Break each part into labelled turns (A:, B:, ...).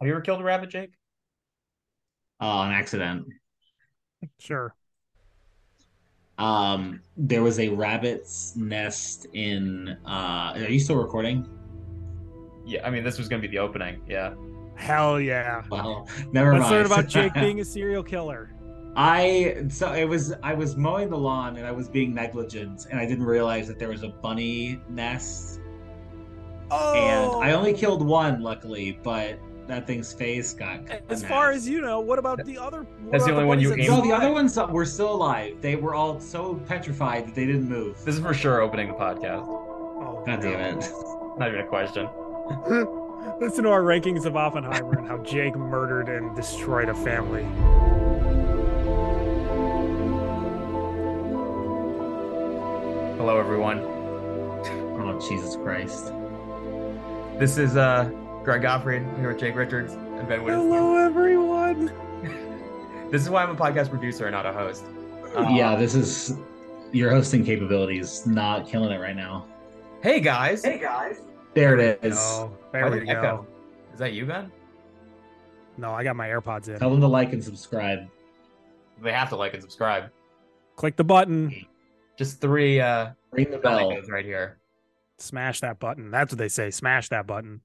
A: Have you ever killed a rabbit, Jake?
B: Oh, an accident.
C: Sure.
B: Um, there was a rabbit's nest in. Uh, are you still recording?
A: Yeah, I mean this was gonna be the opening. Yeah.
C: Hell yeah.
B: Well, never
C: Let's
B: mind.
C: learn about Jake being a serial killer.
B: I so it was I was mowing the lawn and I was being negligent and I didn't realize that there was a bunny nest and
C: Oh,
B: I only killed one luckily but that thing's face got cut
C: As
B: in
C: far
B: half.
C: as you know, what about the other? what
A: That's the
C: about
A: only one you
C: buddies
A: aim-
B: no
C: that-
B: the other ones were still alive they were all so petrified that they didn't move
A: This is for sure opening the podcast.
C: Oh,
B: God damn it
A: Not even a question.
C: Listen to our rankings of Oppenheimer and how Jake murdered and destroyed a family.
A: Hello everyone.
B: oh Jesus Christ
A: This is uh Greg Goffred here with Jake Richards and Ben Wittes.
C: Hello, everyone.
A: This is why I'm a podcast producer and not a host.
C: Oh.
A: Uh,
B: yeah this is your hosting capabilities not killing it right now
A: Hey guys.
B: guys there it is
C: Oh, there
A: Why'd
C: we
A: it
C: go.
A: echo? Is that you, Ben?
C: No, I got my AirPods in.
B: tell them to like and subscribe
A: They have to like and subscribe.
C: Click the button.
A: Just three uh
B: ring the bell
A: echoes right here.
C: Smash that button. That's what they say. Smash that button.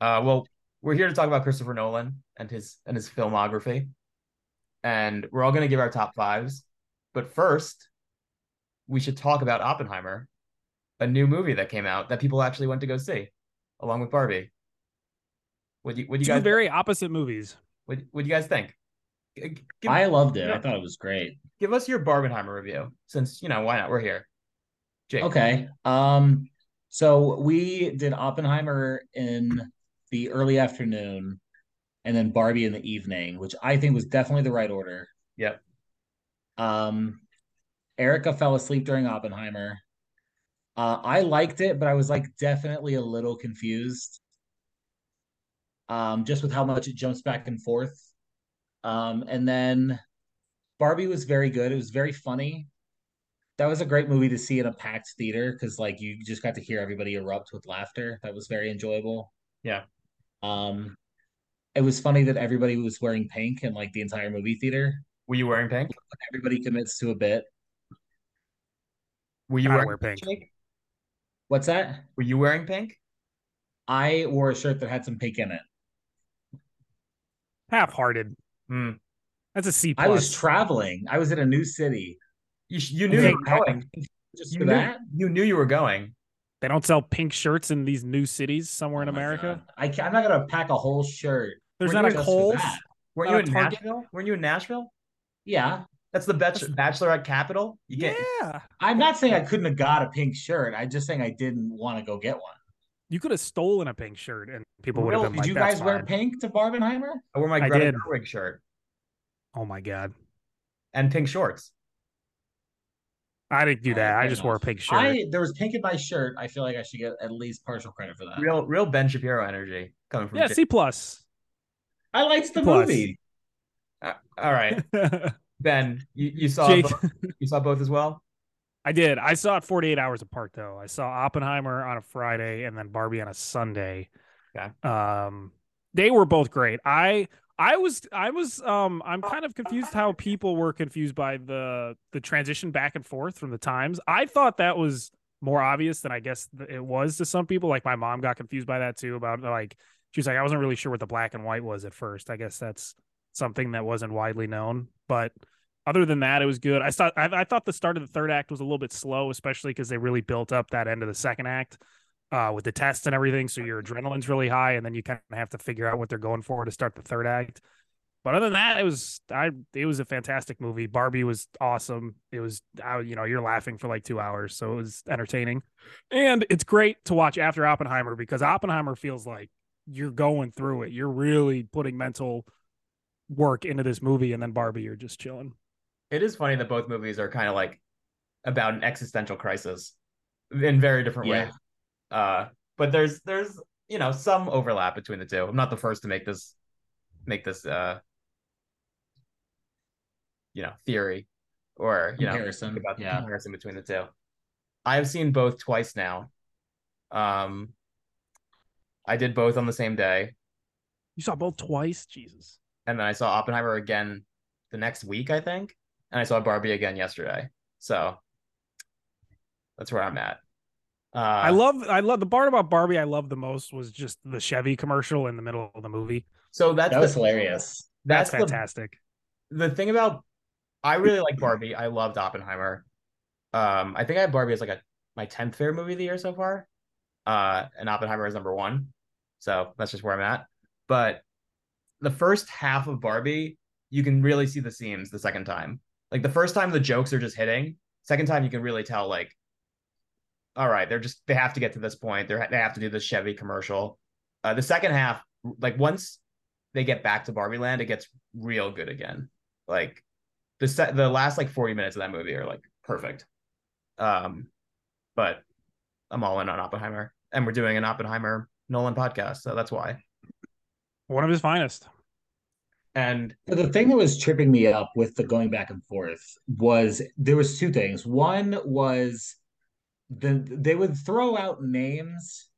A: Uh, well, we're here to talk about Christopher Nolan and his and his filmography, and we're all going to give our top fives. But first, we should talk about Oppenheimer, a new movie that came out that people actually went to go see, along with Barbie. What do you, what do you
C: Two
A: guys
C: very opposite movies.
A: what, what do you guys think? G- g- Give,
B: I loved it.
A: Yeah.
B: I thought it was great.
A: give us your Barbenheimer review, since you know why not? We're here. Jake,
B: Okay. Um so we did Oppenheimer in the early afternoon and then Barbie in the evening, which I think was definitely the right order.
A: Yep.
B: Um Erica fell asleep during Oppenheimer. Uh I liked it, but I was like definitely a little confused. Um just with how much it jumps back and forth. Um and then Barbie was very good. It was very funny that was a great movie to see in a packed theater because like you just got to hear everybody erupt with laughter that was very enjoyable
A: Yeah.
B: um it was funny that everybody was wearing pink in like the entire movie theater
A: were you wearing pink?
B: everybody commits to a bit
A: Were you
C: I
A: wearing
C: wear pink.
A: Jake?
B: what's that
A: Were you wearing pink?
B: i wore a shirt that had some pink in it
C: Half hearted.
A: Hmm.
C: That's a C plus.
B: i was traveling i was in a new city
A: You sh- you
B: I
A: knew you
B: think-
A: were going.
B: just
A: You
B: for
A: knew-
B: that
A: you knew you were going.
C: they don't sell pink shirts in these new cities somewhere in
B: Oh my
C: America.
B: God. I can't, i'm not gonna pack a whole shirt
C: There's
A: We're
C: not a
A: doing
B: just for
C: Kohl's.
B: that.
A: Weren't you
C: Not a
A: in
C: Target?
A: Nashville? Weren't you in Nashville?
B: yeah
A: That's the bach- Bachelorette capital. You
C: Yeah.
A: can't.
B: i'm not saying i couldn't have got a pink shirt i'm just saying i didn't want to go get one
C: You could have stolen a pink shirt and people would have
B: Really?
C: been
B: did
C: like,
B: you
C: "That's
B: guys wear
C: fine."
B: pink to barbenheimer
A: I wore my
C: I
A: Greta
C: did.
A: Gerwig shirt
C: Oh my God.
A: and pink shorts.
C: I didn't do
B: All
C: that.
B: right,
C: I
B: fair
C: just wore a
B: enough.
C: pink shirt.
B: Oh I there was pink in my shirt. I feel like I should get at least partial credit for that.
A: Real, real Ben Shapiro energy coming from.
C: yeah,
A: Jake.
C: C plus.
B: I liked the
C: Plus.
B: movie.
A: Uh, all right,
C: Jake,
A: Ben, you, you saw both, you saw both as well.
C: I did. I saw it 48 hours apart though. I saw Oppenheimer on a Friday and then Barbie on a Sunday.
A: Okay.
C: Um they were both great. I I was I was um I'm kind of confused how people were confused by the the transition back and forth from the times. I thought that was more obvious than I guess th- it was to some people. Like my mom got confused by that too about like she was like I wasn't really sure what the black and white was at first. I guess that's something that wasn't widely known, but other than that, it was good. I thought I, I thought the start of the third act was a little bit slow, especially because they really built up that end of the second act uh, with the tests and everything. So your adrenaline's really high, and then you kind of have to figure out what they're going for to start the third act. But other than that, it was I it was a fantastic movie. Barbie was awesome. It was I, you know you're laughing for like two hours, so it was entertaining, and it's great to watch after Oppenheimer because Oppenheimer feels like you're going through it. You're really putting mental work into this movie, and then Barbie, you're just chilling.
A: It is funny that both movies are kind of like about an existential crisis in very different
B: Yeah.
A: ways. Uh, but there's there's you know some overlap between the two. I'm not the first to make this make this uh you know theory or you know
B: Comparison.
A: about the
B: Yeah.
A: comparison between the two. I've seen both twice now. Um, I did both on the same day.
C: You saw both twice, Jesus.
A: and then I saw Oppenheimer again the next week, I think, and I saw Barbie again yesterday. So that's where I'm at. Uh,
C: I love, I love the part about Barbie. I love the most was just the Chevy commercial in the middle of the movie.
A: so that's
B: That was
A: the-
B: hilarious.
A: That's,
C: That's,
A: the
C: fantastic.
A: the thing about I really like Barbie. I loved Oppenheimer. Um, I think I have Barbie as like a my tenth favorite movie of the year so far. Uh, and Oppenheimer is number one. So that's just where I'm at. But the first half of Barbie, you can really see the seams the second time. Like the first time the jokes are just hitting. Second time you can really tell like, all right, they're just they have to get to this point. They're they have to do this Chevy commercial. Uh, the second half, like once they get back to Barbie Land, it gets real good again like the set the last like 40 minutes of that movie are like perfect um but i'm all in on oppenheimer and we're doing an oppenheimer nolan podcast so that's why
C: One of his finest.
A: and
B: But the thing that was tripping me up with the going back and forth was there was two things. One was the they would throw out names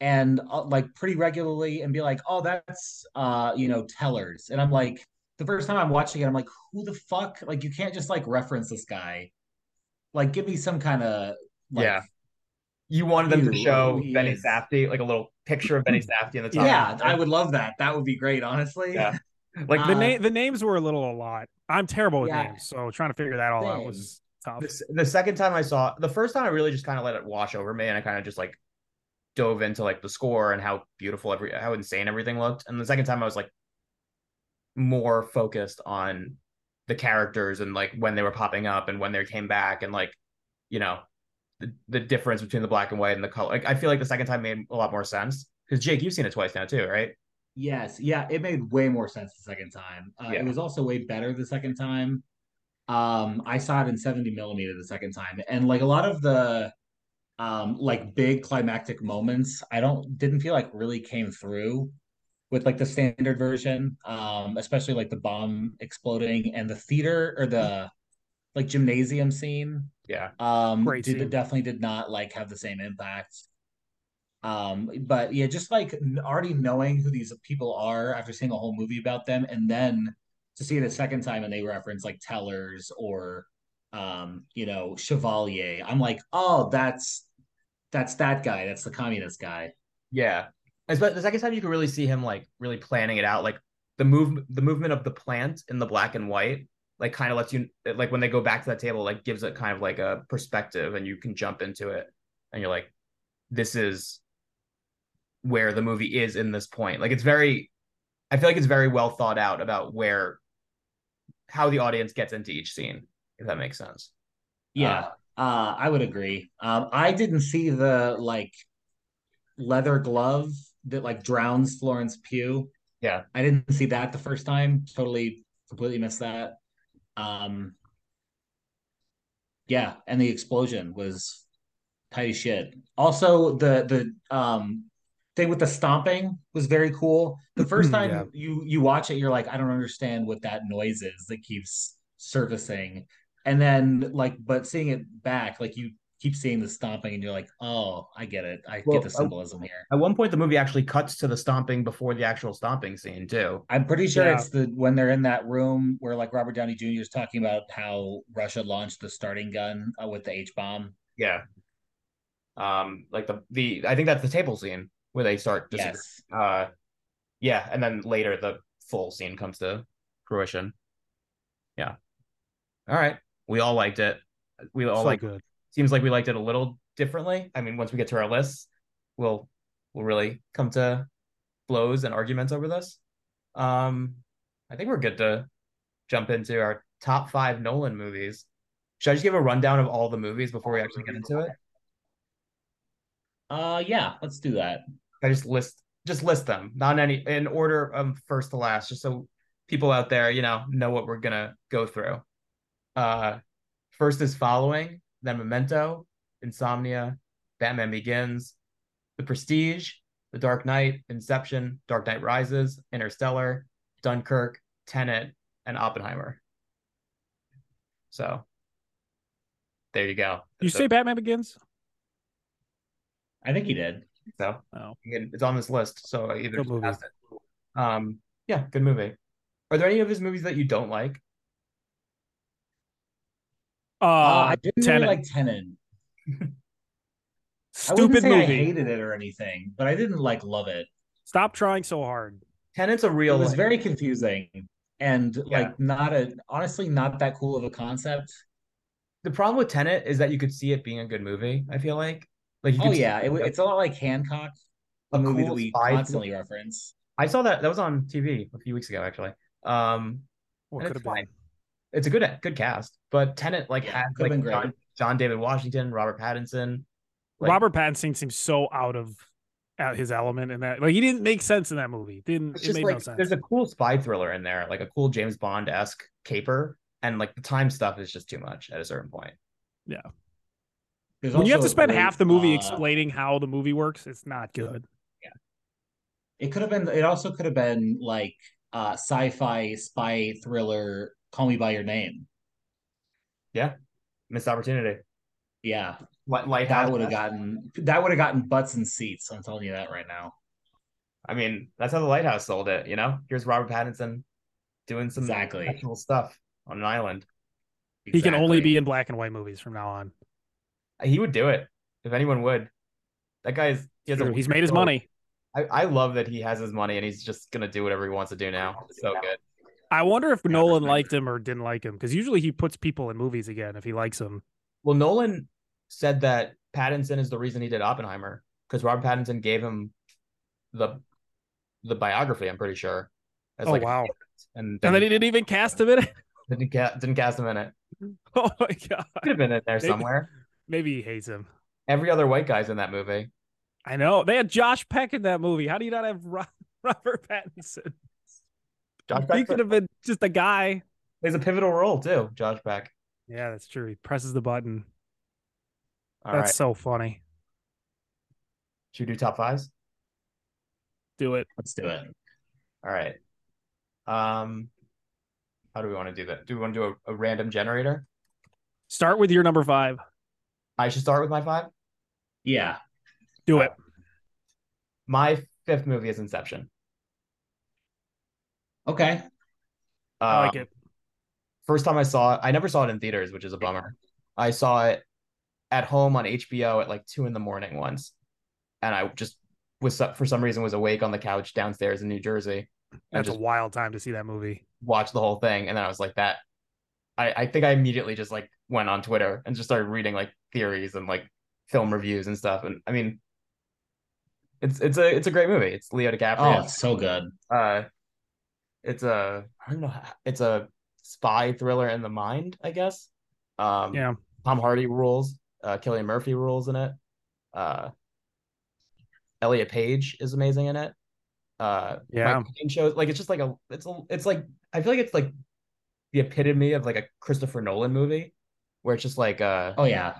B: and uh, like pretty regularly and be like, "Oh, that's uh, you know, tellers." And I'm like, the first time I'm watching it, I'm like, "Who the fuck? Like you can't just like reference this guy. Like give me some kind of like
A: Yeah. you wanted them to
B: Dude,
A: show
B: he
A: benny
B: is-
A: safty like a little picture of benny safty in the top
B: Yeah, I would love that. That would be great, honestly.
A: Yeah. like
C: The
B: Uh,
C: name, the names were a little a lot. I'm terrible with
B: yeah.
C: names, so trying to figure that all out
B: Same.
C: was tough.
A: the, the second time I saw the first time I really just kind of let it wash over me and I kind of just like dove into like the score and how beautiful every how insane everything looked and the second time I was like more focused on the characters and like when they were popping up and when they came back and like you know the, the difference between the black and white and the color like I feel like the second time made a lot more sense because Jake you've seen it twice now too right
B: Yes, yeah, it made way more sense the second time. Uh,
A: Yeah.
B: It was also way better the second time. Um, I saw it in 70 millimeter the second time, and like a lot of the um like big climactic moments, I don't didn't feel like really came through with like the standard version, um, especially like the bomb exploding and the theater or the like gymnasium scene.
A: Yeah.
B: Um,
C: Great
B: did
C: scene.
B: definitely did not like have the same impact. Um, but yeah, just like n- already knowing who these people are after seeing a whole movie about them, and then to see it a second time and they reference like tellers or um, you know, Chevalier. I'm like, oh, that's that's that guy. That's the communist guy.
A: Yeah. As but the second time you could really see him like really planning it out, like the move the movement of the plant in the black and white, like kind of lets you like when they go back to that table, like gives it kind of like a perspective and you can jump into it and you're like, this is where the movie is in this point. Like it's very I feel like it's very well thought out about where how the audience gets into each scene, if that makes sense.
B: Yeah, uh, I would agree. Um, I didn't see the like leather glove that like drowns Florence Pugh.
A: Yeah.
B: I didn't see that the first time. Totally, completely missed that. Um, yeah, and the explosion was tight as shit. Also, the the um thing with the stomping was very cool. The first time
C: Yeah.
B: you you watch it, you're like, I don't understand what that noise is that keeps surfacing. And then like, but seeing it back, like you keep seeing the stomping, and you're like, oh, I get it. I
A: Well,
B: get the
A: I-
B: symbolism here.
A: At one point the movie actually cuts to the stomping before the actual stomping scene too.
B: I'm pretty sure
C: Yeah.
B: it's the when they're in that room where like Robert Downey Jr. is talking about how Russia launched the starting gun uh, with the H bomb.
A: Yeah. Um, like the the I think that's the table scene where they start dis-
B: Yes.
A: uh yeah, and then later the full scene comes to fruition. Yeah. All right. We all liked it. We all
C: so
A: like
C: good.
A: seems like we liked it a little differently. I mean, once we get to our lists, we'll we'll really come to blows and arguments over this. Um I think we're good to jump into our top five Nolan movies. Should I just give a rundown of all the movies before we actually get into it?
B: Uh, yeah, let's do that.
A: I just list just list them, not in any in order um first to last, just so people out there, you know, know what we're gonna go through. Uh first is following, then memento, insomnia, Batman begins, the prestige, the Dark Knight, Inception, Dark Knight Rises, Interstellar, Dunkirk, Tenet, and Oppenheimer. So there you go.
C: You
A: So-
C: say Batman Begins?
B: I think he did.
A: so
C: Oh.
A: it's on this list, so I either
C: Good
A: just
C: movie.
A: passed it Um, yeah, good movie. Are there any of his movies that you don't like?
C: Uh,
B: Uh, I didn't
C: Tenet.
B: really like Tenon. I wouldn't
C: stupid
B: say
C: movie.
B: I hated it or anything, but I didn't like love it.
C: Stop trying so hard.
A: Tenet's a
B: It
A: real.
B: was
A: like,
B: very confusing and
A: Yeah.
B: like not a honestly not that cool of a concept.
A: The problem with Tenet is that you could see it being a good movie. I feel like, like you
B: Oh
A: could see
B: yeah, it,
A: a-
B: it's a lot like Hancock,
A: a
B: a movie that
A: cool
B: we
A: spy
B: constantly reference.
A: I saw that that was on TV a few weeks ago actually. Um,
C: What
A: And
C: could have
A: it's
C: been?
A: it's a good good cast, but Tenet like
B: Yeah,
A: had
B: could've
A: like
B: been great.
A: John, John David Washington, Robert Pattinson. Like,
C: Robert Pattinson seems so out of out his element in that. Like he didn't make sense in that movie. Didn't
A: it's
C: it
A: just
C: made
A: like
C: no sense.
A: there's a cool spy thriller in there, like a cool James Bond esque caper, and like the time stuff is just too much at a certain point.
B: There's
C: when you have
B: also
C: to
B: a
C: spend
B: great,
C: half the movie
B: uh,
C: explaining how the movie works, it's not good.
B: It could have been. It also could have been like uh, sci-fi spy thriller. Call me by your name.
A: Missed opportunity.
B: Yeah,
A: Light,
B: that
A: lighthouse.
B: would have gotten that would have gotten butts and seats. I'm telling you that right now.
A: I mean, that's how the lighthouse sold it. You know, here's Robert Pattinson doing some
B: Exactly.
A: actual stuff on an island.
C: He can only
B: Exactly.
C: be in black and white movies from now on.
A: He would do it if anyone would. That guy's he has a
C: Sure, He's
A: weird
C: made his
A: soul.
C: money.
A: I, I love that he has his money and he's just gonna do whatever he wants to do now. It's so good.
C: I wonder if
B: Yeah,
C: Nolan
B: right.
C: liked him or didn't like him because usually he puts people in movies again if he likes them.
A: Well, Nolan said that Pattinson is the reason he did Oppenheimer because Robert Pattinson gave him the the biography. I'm pretty sure. As
C: Oh,
A: like a
C: wow.
A: gift, and
C: And then he
A: didn't,
C: didn't even cast him in it.
A: didn't, ca- didn't cast him in it.
C: Oh my god.
A: Could have been in there
C: Maybe-
A: somewhere.
C: Maybe he hates him.
A: Every other white guy's in that movie.
C: I know. They had Josh Peck in that movie. How do you not have Ro- Robert Pattinson?
A: Josh
C: he
A: Peck
C: could have been just a guy.
A: plays a pivotal role too. Josh Peck.
C: Yeah, that's true. He presses the button.
A: All right,
C: that's so funny.
A: should we do top fives?
C: Do it.
B: Let's do it.
A: All right. Um, how do we want to do that? Do we want to do a, a random generator?
C: Start with your number five.
A: I should start with my five.
B: Yeah,
C: Do it.
A: My fifth movie is Inception.
B: okay.
C: Uh, I like
A: Um,
C: it.
A: First time I saw it, I never saw it in theaters, which is a bummer. I saw it at home on HBO at like two in the morning once, and I just was for some reason was awake on the couch downstairs in New Jersey and
C: That's
A: just
C: a wild time to see that movie.
A: watched the whole thing. And then I was like, that. I I think I immediately just like went on Twitter and just started reading like theories and like film reviews and stuff. And I mean, it's it's a it's a great movie. It's Leo DiCaprio.
B: Oh, it's so good.
A: uh it's a I don't know how- it's a spy thriller in the mind, I guess. Um
C: Yeah.
A: Tom Hardy rules, uh Killian Murphy rules in it. Uh Elliot Page is amazing in it. Uh
C: Yeah.
A: Michael Caine shows like it's just like a it's a, it's like I feel like it's like the epitome of like a Christopher Nolan movie where it's just like uh
B: Oh yeah,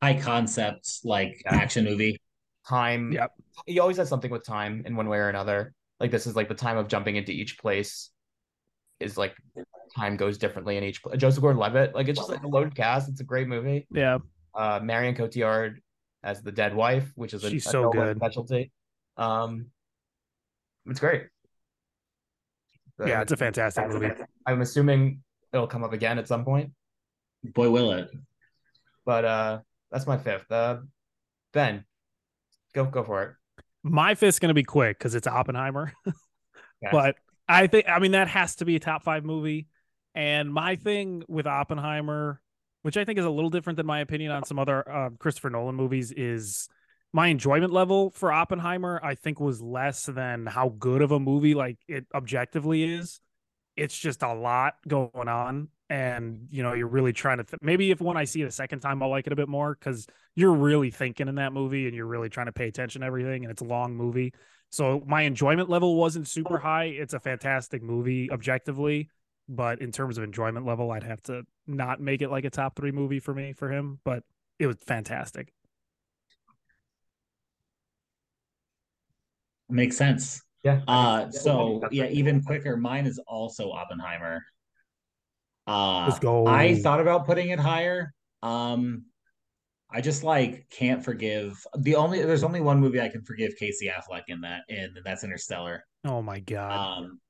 B: high concept like action movie.
A: time
C: Yep.
A: he always has something with time in one way or another. Like this is like the time of jumping into each place is like time goes differently in each place. Joseph Gordon-Levitt, like it's just like a loaded cast. It's a great movie.
C: Yeah.
A: Uh, Marion Cotillard as the dead wife, which is a,
C: She's
A: a
C: so
A: Nolan
C: good.
A: specialty. Um, it's great. So,
C: Yeah. It's a fantastic movie.
A: I'm assuming it'll come up again at some point,
B: Boy, will it.
A: but uh, that's my fifth. Uh, ben, go go for it.
C: My fist's gonna be quick because it's Oppenheimer.
A: Yeah.
C: But I think I mean that has to be a top five movie. And my thing with Oppenheimer, which I think is a little different than my opinion on some other uh, Christopher Nolan movies, is my enjoyment level for Oppenheimer. I think was less than how good of a movie like it objectively is. It's just a lot going on, and you know you're really trying to. Th- maybe if when I see it a second time, I'll like it a bit more because you're really thinking in that movie and you're really trying to pay attention to everything, and it's a long movie. So my enjoyment level wasn't
A: Oh.
C: super high. It's a fantastic movie objectively, but in terms of enjoyment level, I'd have to not make it like a top three movie for me for him. But it was fantastic.
B: Makes sense.
A: Yeah.
B: Uh, so yeah, even quicker. Mine is also Oppenheimer. Uh,
C: Let's go.
A: Uh,
B: I thought about putting it higher. Um, I just like can't forgive the only there's only one movie I can forgive Casey Affleck in that in and that's Interstellar.
C: Oh my god.
B: Um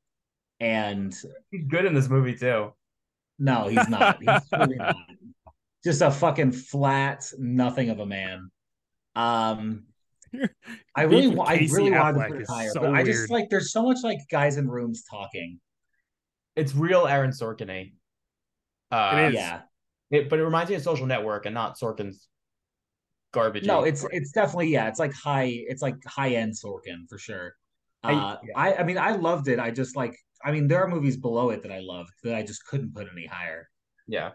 B: and
A: He's good in this movie too.
B: no, he's not. He's really not. Just a fucking flat nothing of a man. Um I
C: Beef
B: really
C: with
B: wa- I
C: Casey
B: really wanted
C: Affleck
B: to put it
C: is
B: higher,
C: so
B: but I
C: weird.
B: just like there's so much like guys in rooms talking.
A: It's real Aaron Sorkin. Uh,
C: It is.
B: Yeah.
A: It, but it reminds me of Social Network and not Sorkin's garbage.
B: No, it's it's definitely yeah, it's like high it's like high end Sorkin for sure.
A: I-
B: Uh,
A: yeah.
B: I I mean I loved it. I just like I mean there are movies below it that I love that I just couldn't put any higher.
A: yeah.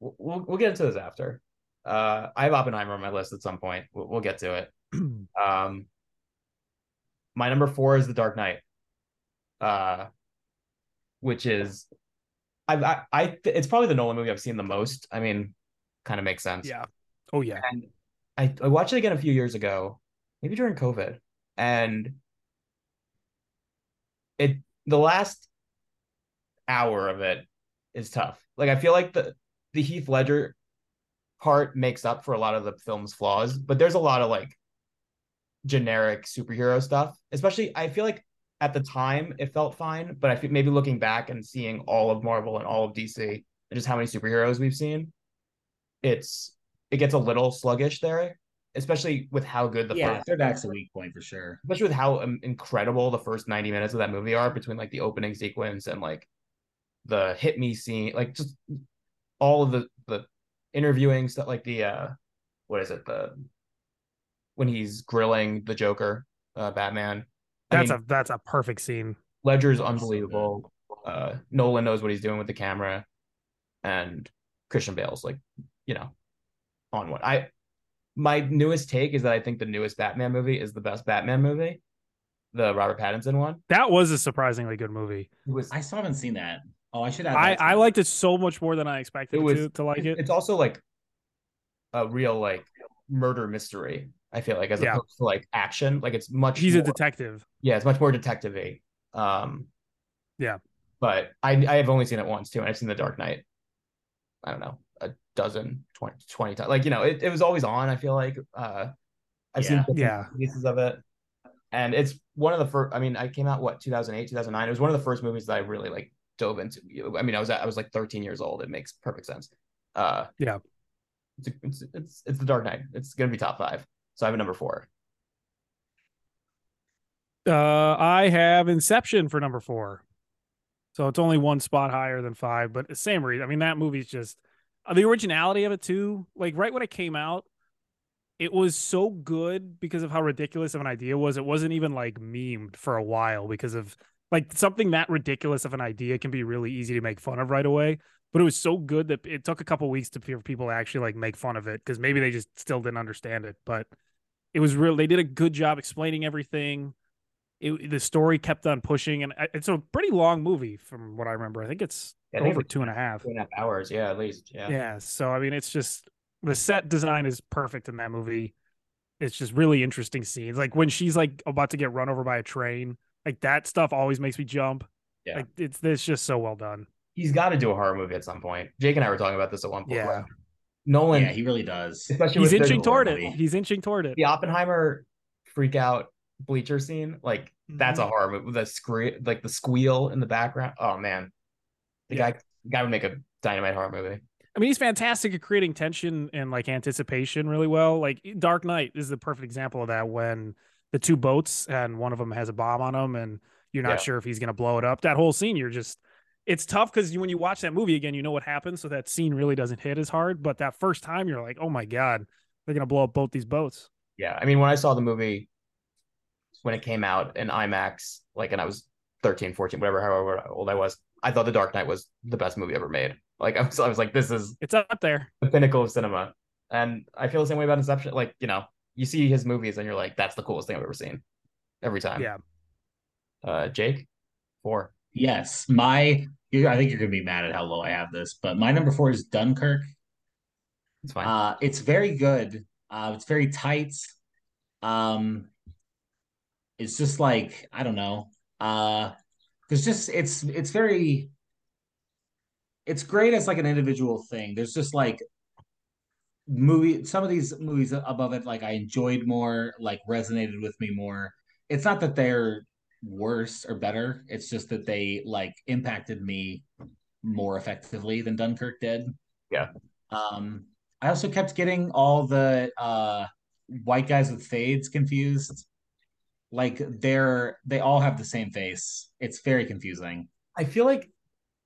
A: We'll, we'll we'll get into this after. Uh, I have Oppenheimer on my list at some point. We'll, we'll get to it. Um, my number four is The Dark Knight, uh, which is, I I, I th- it's probably the Nolan movie I've seen the most. I mean, kind of makes sense.
C: yeah. Oh yeah.
A: And I, I watched it again a few years ago, maybe during COVID, and it the last hour of it is tough. Like I feel like the the Heath Ledger part makes up for a lot of the film's flaws, but there's a lot of like generic superhero stuff. Especially I feel like at the time it felt fine, but I feel maybe looking back and seeing all of Marvel and all of DC and just how many superheroes we've seen, it's it gets a little sluggish there, especially with how good the
B: yeah,
A: first
B: third act's a weak point for sure.
A: especially with how um, incredible the first 90 minutes of that movie are between like the opening sequence and like the hit me scene like just all of the the interviewing stuff like the uh what is it the when he's grilling the joker uh batman
C: That's
A: I mean,
C: a that's a perfect scene.
A: ledger's
B: so good.
A: unbelievable uh nolan knows what he's doing with the camera and christian bale's like you know on what i my newest take is that i think the newest batman movie is the best batman movie the robert pattinson one
C: That was a surprisingly good movie.
A: It was.
B: I still haven't seen that. Oh, I should have.
C: I,
B: that
C: I
B: too.
C: liked it so much more than I expected
A: It was-
C: to, to like it.
A: It's also like a real like murder mystery. I feel like as
C: Yeah.
A: opposed to like action, like it's much.
C: He's a
A: more,
C: detective.
A: yeah, it's much more detective-y. Um,
C: Yeah.
A: But I I have only seen it once too, and I've seen The Dark Knight. I don't know a dozen, 20, 20 times. Like you know, it, it was always on. I feel like uh, I've seen
B: Yeah.
A: bits and
C: Yeah.
A: pieces of it, and it's one of the first. I mean, I came out what 2008, 2009. It was one of the first movies that I really like dove into. I mean, I was I was like 13 years old. It makes perfect sense. Uh,
C: Yeah.
A: It's, a- it's it's it's the Dark Knight. It's gonna be top five. So I have a number four.
C: Uh, I have Inception for number four, so it's only one spot higher than five, but the same reason. I mean, that movie's just uh, the originality of it too. Like right when it came out, it was so good because of how ridiculous of an idea it was. It wasn't even like memed for a while because of like something that ridiculous of an idea can be really easy to make fun of right away. But it was so good that it took a couple weeks to for people to actually like make fun of it because maybe they just still didn't understand it. But it was real. They did a good job explaining everything. It, the story kept on pushing, and I- it's a pretty long movie from what I remember. I think it's
A: Yeah, I think
C: over
A: it's
C: two and a half.
A: Two and a half hours, yeah, at least. Yeah.
C: Yeah. So I mean, it's just the set design is perfect in that movie. It's just really interesting scenes, like when she's like about to get run over by a train. Like that stuff always makes me jump.
A: Yeah.
C: Like it's it's just so well done.
A: He's got to do a horror movie at some point. Jake and I were talking about this at one point.
C: Yeah.
A: Like, Nolan,
B: Yeah, he really does.
A: especially
C: He's
A: with
C: inching
A: the,
C: toward it.
B: movie.
C: He's inching toward it.
A: the Oppenheimer freak out bleacher scene. Like that's a horror movie. The scree like the squeal in the background. Oh man, the
C: Yeah.
A: guy the guy would make a dynamite horror movie.
C: I mean, he's fantastic at creating tension and like anticipation really well. Like e, Dark Knight is the perfect example of that when the two boats and one of them has a bomb on them and you're not
A: Yeah.
C: sure if he's going to blow it up. That whole scene, you're just, it's tough because when you watch that movie again, you know what happens. So that scene really doesn't hit as hard. But that first time, you're like, oh my God, they're going to blow up both these boats.
A: Yeah, I mean, when I saw the movie when it came out in IMAX, like, and I was 13, 14, whatever, however old I was, I thought The Dark Knight was the best movie ever made. Like, I was, I was like, this is
C: It's up there.
A: the pinnacle of cinema. And I feel the same way about Inception. Like, you know, you see his movies and you're like, that's the coolest thing I've ever seen every time.
C: Yeah.
A: Uh, Jake, four.
B: Yes, my. you I think you're gonna be mad at how low I have this, but my number four is Dunkirk.
A: It's fine.
B: Uh, it's very good. Uh, it's very tight. Um, it's just like I don't know. Uh, there's just it's it's very. It's great as like an individual thing. There's just like movie some of these movies above it like I enjoyed more, like resonated with me more. It's not that they're worse or better. It's just that they like impacted me more effectively than Dunkirk did.
A: Yeah.
B: Um I also kept getting all the uh white guys with fades confused. Like they're they all have the same face. It's very confusing.
A: I feel like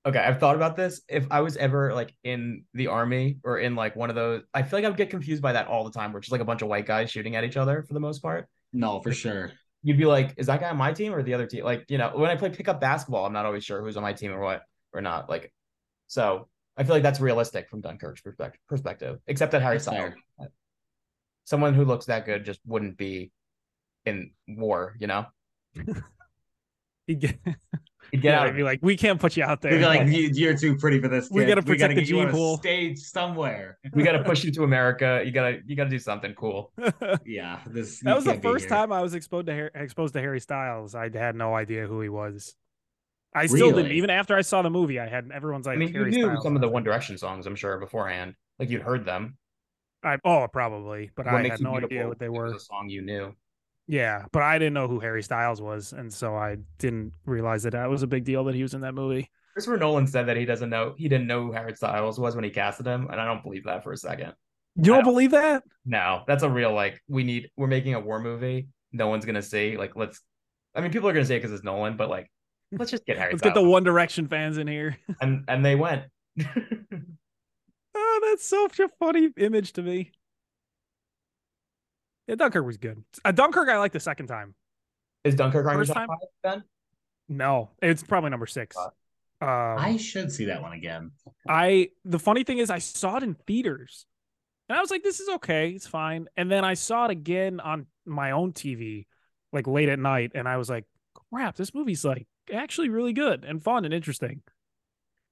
A: okay, I've thought about this. If I was ever like in the army or in like one of those, I feel like I would get confused by that all the time, where it's just like a bunch of white guys shooting at each other for the most part.
B: No, for sure.
A: You'd be like, is that guy on my team or the other team? Like, you know, when I play pickup basketball, I'm not always sure who's on my team or what or not. Like, so I feel like that's realistic from Dunkirk's perspective. Perspective, except that Harry
B: That's
A: Styles,
B: fair.
A: someone who looks that good, just wouldn't be in war. You know,
C: He'd get,
A: He'd get
C: yeah,
A: out
C: he'd
A: of
C: be like, we can't put you out there.
B: We'd be like, "You- you're too pretty for this.
C: We
B: kid.
C: gotta protect the
B: get you on a
C: gene pool."
B: Stage somewhere.
A: we got to push you to America. You gotta you gotta do something cool.
C: that
B: Yeah, this. you
C: was the
B: can't be
C: first
B: here.
C: time I was exposed to Har- exposed to Harry Styles. I had no idea who he was. I still didn't.
B: Really?
C: Even after I saw the movie, I had everyone's like
A: I mean, you
C: Harry
A: knew
C: Styles.
A: some of the One Direction songs, I'm sure, beforehand. Like you'd heard them.
C: I, oh, probably, but I had no idea what they
A: was
C: were.
A: A song you knew.
C: Yeah, but I didn't know who Harry Styles was, and so I didn't realize that that was a big deal that he was in that movie.
A: Christopher Nolan said that he doesn't know he didn't know who Harry Styles was when he casted him, and I don't believe that for a second.
C: You
A: I
C: don't
A: don't-
C: believe that?
A: No, that's a real like we need we're making a war movie. No one's gonna see. Like let's, I mean, people are gonna say because it's Nolan, but like let's just get Harry.
C: Let's get the
A: Styles.
C: One Direction fans in here.
A: and and they went.
C: Oh, that's such a funny image to me. Yeah, Dunkirk was good. Uh, Dunkirk, I liked the second time.
A: Is Dunkirk on your
C: First
A: top
C: time-
A: five? Ben?
C: No, it's probably number six.
A: Uh,
C: Um,
B: I
C: I,
B: should see that one again.
C: the funny thing is, I saw it in theaters, and I was like, "This is okay, it's fine." And then I saw it again on my own TV, like late at night, and I was like, "Crap, this movie's like actually really good and fun and interesting."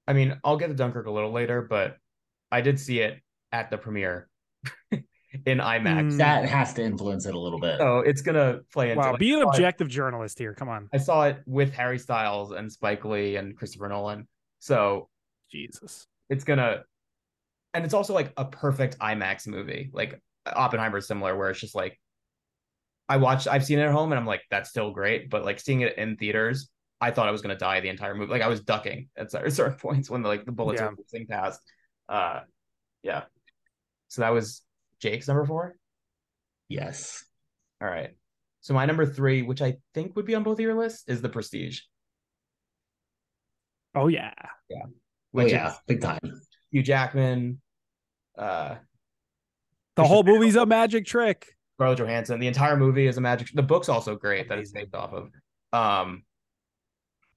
A: I mean, I'll get to Dunkirk a little later, but I did see it at the premiere in IMAX.
C: Mm.
B: That has to influence it a little
C: Oh.
B: bit.
A: So it's gonna play into.
C: Wow,
A: like,
C: be an
A: I saw it-
C: objective journalist here. Come on,
A: I saw it with Harry Styles and Spike Lee and Christopher Nolan, so
C: Jesus.
A: it's gonna, and it's also like a perfect IMAX movie. Like Oppenheimer is similar, where it's just like, I watched, I've seen it at home, and I'm like, that's still great, but like seeing it in theaters, I thought I was gonna die the entire movie. Like I was ducking at cer- certain points when like the bullets
C: Yeah.
A: were flying past. Uh, yeah. So that was Jake's number four.
B: Yes.
A: All right. So my number three, which I think would be on both of your lists, is The Prestige.
C: Oh yeah,
B: Well,
A: Which
B: Oh, yeah,
A: is
B: big time.
A: Hugh Jackman, uh,
C: the whole movie's a magic trick.
A: Scarlett Johansson. The entire movie is a magic. The book's also great that it's
C: Amazing.
A: based off of. Um,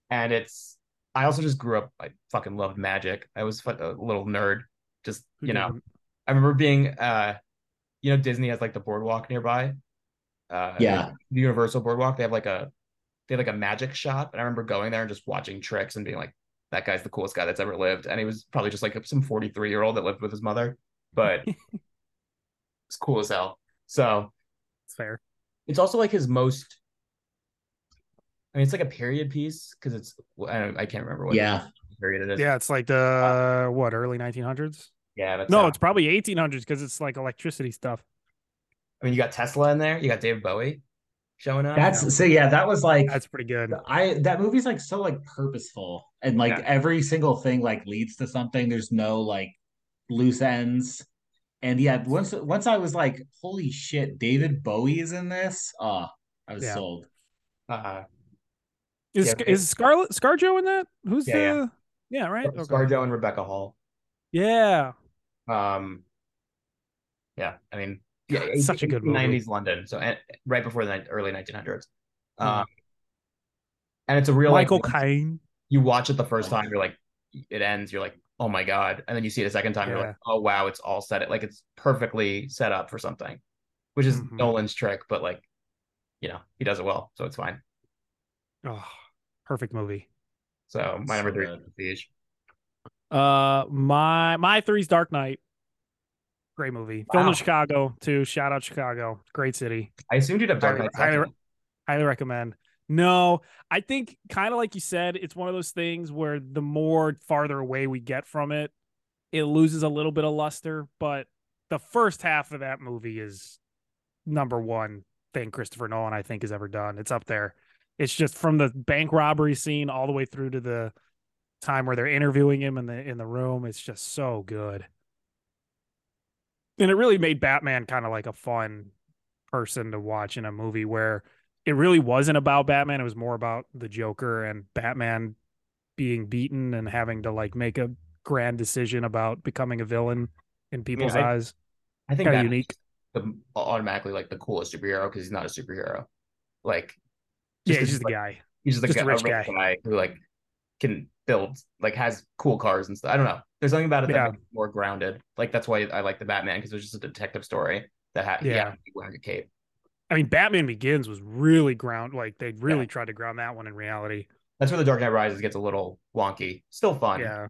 A: and it's. I also just grew up. I fucking loved magic. I was fu- a little nerd. Just
C: Who
A: you know,
C: didn't?
A: I remember being. Uh, you know, Disney has like the boardwalk nearby. Uh,
B: Yeah.
A: the Universal Boardwalk. They have like a. They have like a magic shop, and I remember going there and just watching tricks and being like, "That guy's the coolest guy that's ever lived," and he was probably just like some forty-three year old that lived with his mother, but it's cool as hell. So
C: It's fair.
A: it's also like his most i mean it's like a period piece because it's I, don't, I can't remember what
B: Yeah.
A: period it is
C: Yeah, it's like the what early 1900s.
A: yeah that's
C: No,
A: how-
C: it's probably 1800s because it's like electricity stuff.
A: i mean you got tesla in there you got david bowie showing up
B: That's so. Yeah, that was like
C: That's pretty good.
B: I. That movie's like so like purposeful and like
A: Yeah.
B: every single thing like leads to something. There's no like loose ends. And yeah, once once I was like, holy shit, David Bowie is in this. Oh, I was
C: Yeah.
B: sold.
A: uh
C: Is
A: Yeah.
C: is Scarlet Scarjo in that? Who's
A: Yeah, yeah.
C: the yeah, right? Okay.
A: scarjo and rebecca hall
C: Yeah,
A: um yeah i mean yeah
C: God, such a good movie.
A: 90s london so and, right before the ni- early 1900s um and it's a real
C: Hmm. Michael
A: like,
C: Caine.
A: you watch it the first time, you're like, it ends, you're like, oh my god, and then you see it a second time, you're
C: Yeah.
A: like, oh wow, it's all set it like it's perfectly set up for something, which is
C: Mhm.
A: Nolan's trick, but like, you know, he does it well, so it's fine.
C: Oh, perfect movie.
A: So my
B: So
A: number three, is
B: good.
A: Prestige.
C: Uh, my my three's Dark Knight. Great movie. Filmed
A: Wow.
C: in Chicago too. Shout out Chicago, great city.
A: I assumed you'd have Dark
C: Highly-
A: Knight.
C: highly
A: second.
C: Highly recommend. No, I think kind of like you said, it's one of those things where the more farther away we get from it, it loses a little bit of luster, but the first half of that movie is number one thing Christopher Nolan I think has ever done. It's up there. It's just from the bank robbery scene all the way through to the time where they're interviewing him in the in the room. It's just so good. And it really made Batman kind of like a fun person to watch in a movie where it really wasn't about Batman. It was more about the Joker and Batman being beaten and having to like make a grand decision about becoming a villain in people's
A: I-
C: eyes.
A: I think
C: Kind
A: that
C: of unique.
A: the, automatically like the coolest superhero because he's not a superhero. Like, just
C: Yeah, he's
A: a-
C: just a guy.
A: he's just, like
C: just a
A: a
C: rich
A: rich
C: guy.
A: guy who like can build like has cool cars and stuff. I don't know. There's something about it
C: Yeah.
A: that makes it more grounded. Like that's why I like the Batman because it was just a detective story that had
C: Yeah.
A: yeah wearing a cape.
C: I mean, Batman Begins was really ground like they really
A: Yeah.
C: tried to ground that one in reality.
A: That's where the Dark Knight Rises gets a little wonky. Still fun.
C: Yeah,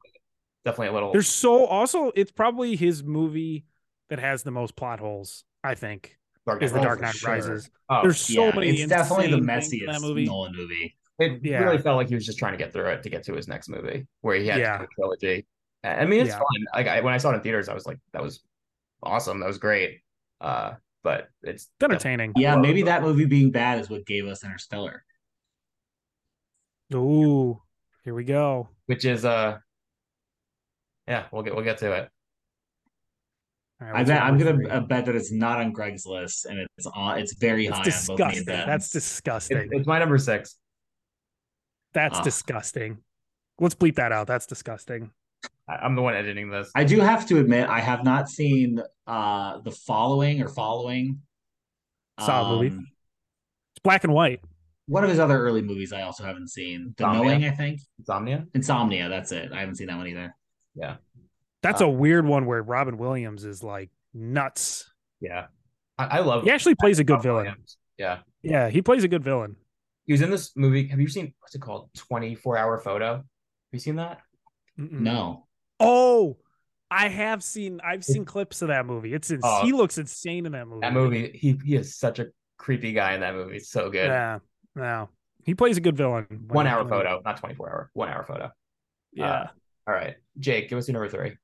A: Definitely a little.
C: there's so also it's probably his movie that has the most plot holes. I think
A: Dark
C: is the
B: Oh,
C: Dark
B: for
C: Knight
B: sure.
C: Rises.
A: Oh,
C: There's so
B: yeah,
C: many.
B: It's definitely the
C: insane things in
B: messiest
C: that movie.
B: Nolan movie.
A: it
C: yeah.
A: really felt like he was just trying to get through it to get to his next movie where he had
C: Yeah.
A: to do a trilogy. I mean, it's
C: Yeah.
A: fun. Like I, when I saw it in theaters, I was like, "That was awesome. That was great." Uh, but it's
C: It's entertaining.
B: Yeah,
A: Well-
B: maybe that movie being bad is what gave us Interstellar.
C: Ooh, here we go.
A: which is uh, yeah, we'll get we'll get to it.
C: All right,
B: I
C: what's
B: bet I'm
C: number
B: gonna
C: three?
B: uh, bet that it's not on Greg's list, and it's on. It's very
C: It's
B: high on both me
C: disgusting.
B: and Ben's.
C: That's
A: It's,
C: disgusting.
A: it's my number six.
C: That's
B: Ah.
C: disgusting. Let's bleep that out. That's disgusting.
A: I, I'm the one editing this.
B: I do have to admit, I have not seen uh the following or following. Um,
C: Solid movie. It's black and white.
B: One of his other early movies I also haven't seen. The
A: Insomnia.
B: Knowing, I think.
A: Insomnia.
B: Insomnia, that's it. I haven't seen that one either.
C: That's
B: Uh,
A: Um,
C: a weird one where Robin Williams is like nuts.
A: Yeah, Oh, I, I love.
C: He actually plays a good
A: Robin
C: villain.
A: Williams. Yeah,
C: Yeah, he plays a good villain.
A: he was in this movie. Have you seen what's it called? 24 Hour Photo. Have you seen that?
C: Mm-mm.
B: No.
C: Oh, I have seen. I've seen clips of that movie. It's ins-
A: Oh.
C: he looks insane in that movie.
A: That movie. He he is such a creepy guy in that movie. It's so good.
C: Yeah, yeah. He plays a good villain. when-
A: One hour
C: when-
A: photo, not 24 hour. One hour photo.
C: Yeah.
A: Uh, All right, Jake, give us your number three.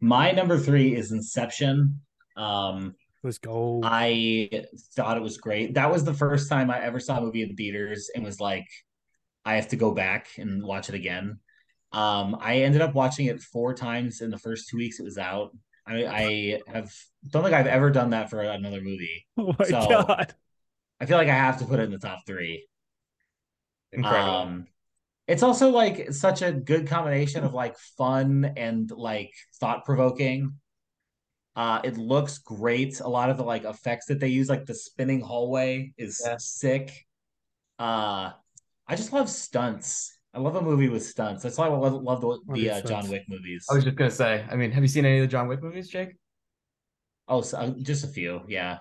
B: My number three is Inception. Um,
C: Let's go.
A: uh,
B: I thought it was great. That was the first time I ever saw a movie in theaters and was like, I have to go back and watch it again. Um, I ended up watching it four times in the first two weeks it was out. I, I have don't think I've ever done that for another movie.
C: oh my
B: so-
C: god.
B: I feel like I have to put it in the top three.
A: Incredible.
B: Um, it's also like such a good combination of like fun and like thought provoking. Uh, it looks great. A lot of the like effects that they use, like the spinning hallway, is
A: Yeah.
B: sick. Uh, I just love stunts. I love a movie with stunts. That's why I love, love the,
C: Love
B: the
C: your
B: uh, John
C: stunts.
B: Wick movies.
A: I was just gonna say. I mean, have you seen any of the John Wick movies, Jake?
B: Oh, so, uh, just a few. Yeah.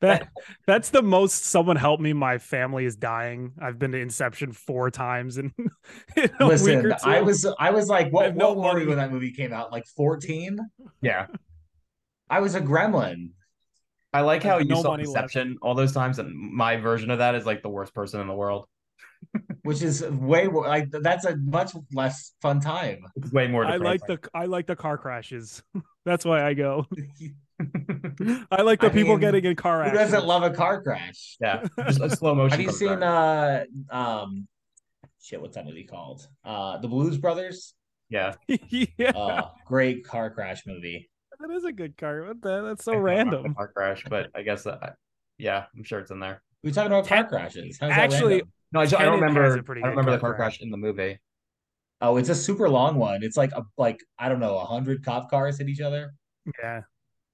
C: That that's the most someone help me. My family is dying. I've been to Inception four times in, in a week
B: Listen,
C: or two.
B: I was I was like, what,
C: have no
B: what were
C: money.
B: you when that movie came out? Like 14?
A: Yeah.
B: I was a gremlin.
A: I like how
C: There's
A: you
C: no
A: saw
C: money left.
A: Inception all those times, and my version of that is like the worst person in the world.
B: which is way more like th- that's a much less fun time.
A: It's way more.
C: I like
A: depressing.
C: the I like the car crashes. That's why I go. I like the
B: I
C: people
B: mean,
C: getting in car
B: Who
C: accidents.
B: doesn't love a car crash?
A: yeah, just a slow motion.
B: Have you
A: car
B: seen
A: crash.
B: uh um shit, what's that movie called? Uh The Blues Brothers?
A: Yeah,
C: yeah,
B: Uh great car crash movie.
C: that is a good car. What the, that's so
A: I forgot about the
C: random.
A: car crash, but I guess uh, yeah, I'm sure it's in there.
B: We talking about car
C: Tec-
B: crashes. How's that
C: Actually,
B: random?
A: No, I, just, I don't
C: Tenet has
A: remember. I
C: a pretty
A: don't
C: good
A: remember the
C: car
A: car crash in the movie.
B: oh, it's a super long one. It's like a like I don't know, a hundred cop cars hit each other.
C: Yeah,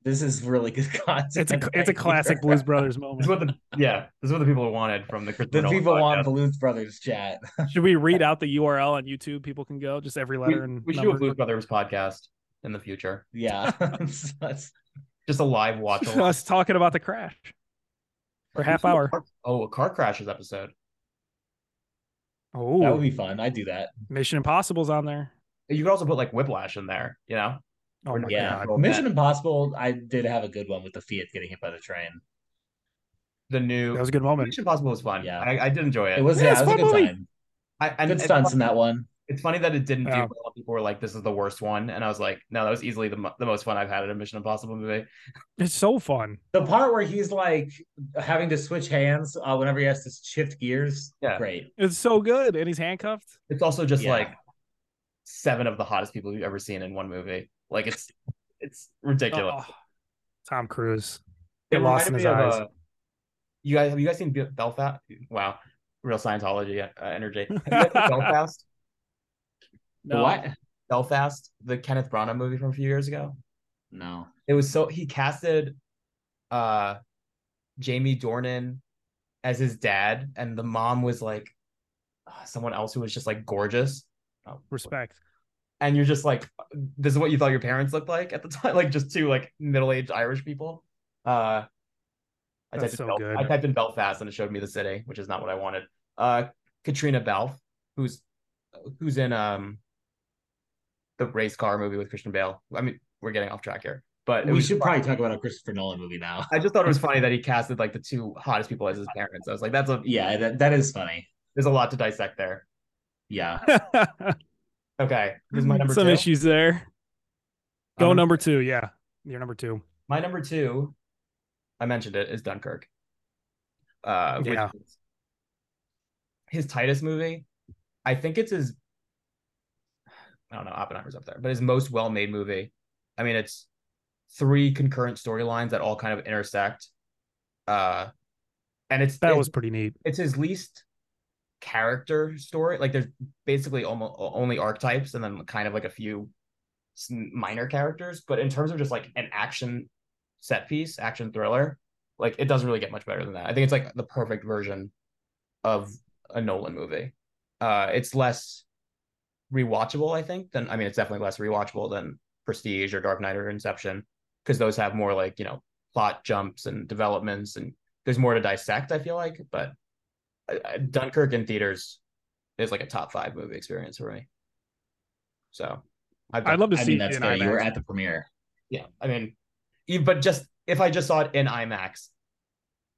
B: This is really good content.
C: it's a it's a
B: right
C: classic
B: here.
C: Blues
A: This
C: Brothers
A: is
C: moment.
A: what the yeah. This is what the people wanted from the
B: The
A: Christopher Nolan
B: people want
A: podcast.
B: Blues Brothers chat.
C: Should we read out the URL on YouTube? People can go just every letter
A: We,
C: and
A: we should do a
C: number.
A: Blues Brothers podcast in the future.
B: Yeah. That's-
A: Just a live watch. along.
C: us talking about the crash for half
A: We should do a
C: hour.
A: car- Oh, a car crashes episode.
C: Oh,
B: that would be fun. I'd do that.
C: Mission Impossible's on there.
A: You could also put like Whiplash in there. You know,
C: Oh
A: Or
C: my
B: yeah.
C: god,
A: Well,
B: Mission
A: that-
B: Impossible, I did have a good one with the Fiat getting hit by the train.
A: the new
C: that was a good moment.
A: Mission Impossible was fun.
B: Yeah.
A: I, I did enjoy it.
B: It was,
C: Yeah,
B: yeah,
C: it's
B: it was a
C: fun
B: good
C: movie.
B: time.
A: I, and
B: Good
A: it's
B: stunts
A: fun-
B: in that one.
A: It's funny that it didn't do
C: Yeah.
A: well. People were like, "This is the worst one," and I was like, "No, that was easily the, mo- the most fun I've had at a Mission Impossible movie."
C: It's so fun.
B: The part where he's like having to switch hands uh, whenever he has to shift gears.
A: Yeah.
B: Great.
C: It's so good, and he's handcuffed.
A: It's also just
B: Yeah.
A: like seven of the hottest people you've ever seen in one movie. Like it's it's ridiculous.
C: Oh, Tom Cruise.
A: It
C: Get lost in
A: reminded
C: his
A: me of,
C: eyes.
A: uh, you guys have you guys seen Be- Belfast? Wow, real Scientology uh, energy. Have you guys seen Belfast?
C: No.
B: What?
A: Belfast, the Kenneth Branagh movie from a few years ago.
B: No.
A: It was so he casted uh Jamie Dornan as his dad, and the mom was like uh, someone else who was just like gorgeous. Oh,
C: Respect.
A: and you're just like this is what you thought your parents looked like at the time like just two like middle-aged irish people uh I
C: That's
A: typed,
C: so
A: in Bel-
C: good.
A: I typed in belfast and it showed me the city which is not what i wanted uh katrina balfe who's who's in um the race car movie with christian bale i mean we're getting off track here but it
B: we
A: was
B: should
A: fun-
B: probably talk about a Christopher Nolan movie now.
A: i just thought it was funny that he casted like the two hottest people as his parents i was like that's a
B: yeah, that, that is funny.
A: there's a lot to dissect there
B: Yeah.
A: okay this is my number
C: Mm-hmm. Some
A: two.
C: issues there. Go
A: Um,
C: number two. Yeah, you're number two.
A: My number two, I mentioned it, is Dunkirk. Uh, which
C: Yeah.
A: is his Titus movie, I think it's his. I don't know, Oppenheimer's up there, but his most well-made movie. I mean, it's three concurrent storylines that all kind of intersect. Uh, and it's
C: That
A: it's-
C: was pretty neat.
A: it's his least character story. Like there's basically almost only archetypes and then kind of like a few s- minor characters. But in terms of just like an action set piece, action thriller, like it doesn't really get much better than that. I think it's like the perfect version of a Nolan movie. Uh, it's less rewatchable, I think, than I mean, it's definitely less rewatchable than Prestige or Dark Knight or Inception because those have more like you know plot jumps and developments and there's more to dissect. I feel like, but I- I- Dunkirk in theaters is like a top five movie experience for me. So I've
C: I'd love to
B: I
C: see
B: mean,
C: it
B: that's
C: in
B: fair. You were
C: IMAX.
B: at the premiere.
A: yeah, I mean, e- but just if I just saw it in IMAX,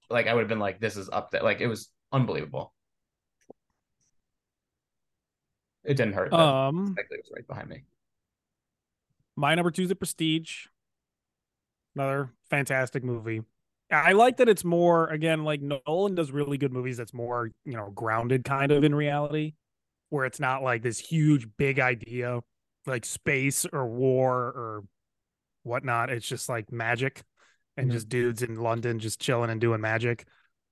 A: like I would have been like, this is up there. Like it was unbelievable. It didn't hurt. that
C: Um,
A: Spike Lee was right behind me.
C: my number two is The Prestige. Another fantastic movie. I like that it's more again like Nolan does really good movies that's more you know grounded kind of in reality, where it's not like this huge big idea like space or war or whatnot. It's just like magic and
A: Mhm.
C: just dudes in London just chilling and doing magic.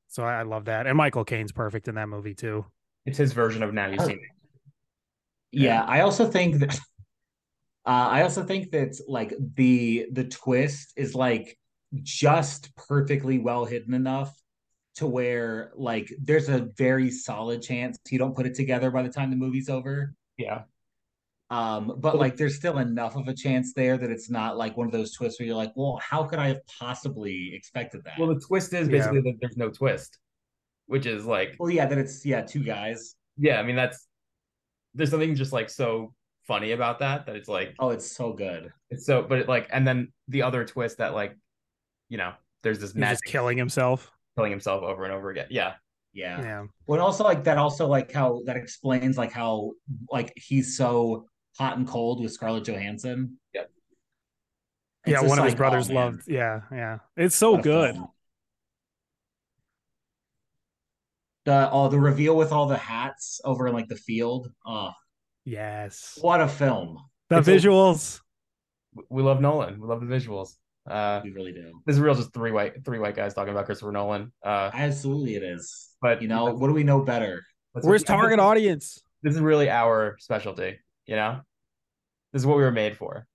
C: So I, I love that. And Michael Caine's perfect in that movie too.
A: It's his version of Now You See Me.
B: yeah i also think that uh, i also think that like the the twist is like just perfectly well hidden enough to where like there's a very solid chance you don't put it together by the time the movie's over
A: Yeah.
B: um but like there's still enough of a chance there that it's not like one of those twists where you're like well how could i have possibly expected that
A: Well,
B: well,
A: the twist is
C: Yeah.
A: basically that there's no twist, which is like,
B: yeah that it's yeah two guys
A: yeah, I mean, that's, there's something just like so funny about that, that it's like,
B: oh it's so good
A: it's so, but it like, and then the other twist that like, you know, there's this
C: He's
A: magic
C: just killing himself.
A: killing himself over and over again. Yeah.
B: yeah
C: Yeah.
B: Well, and also like that also like how that explains like how like he's so hot and cold with Scarlett Johansson.
A: Yep.
B: It's
C: yeah,
B: just
C: one of his
B: like,
C: brothers
B: oh, man,
C: loved. Yeah, yeah. It's so
B: what a
C: Oh, good.
B: film. The oh the reveal with all the hats over in like the field. Oh,
C: Yes.
B: what a film.
C: The
A: It's a-
C: visuals.
A: We- We love Nolan. We love the visuals. Uh,
B: We really do.
A: this is real just three white three white guys talking about Christopher Nolan. Uh,
B: Absolutely it is.
A: but
B: You know, what do we know better?
A: let's-
C: Where's target audience?
A: This is really our specialty, you know? This is what we were made for.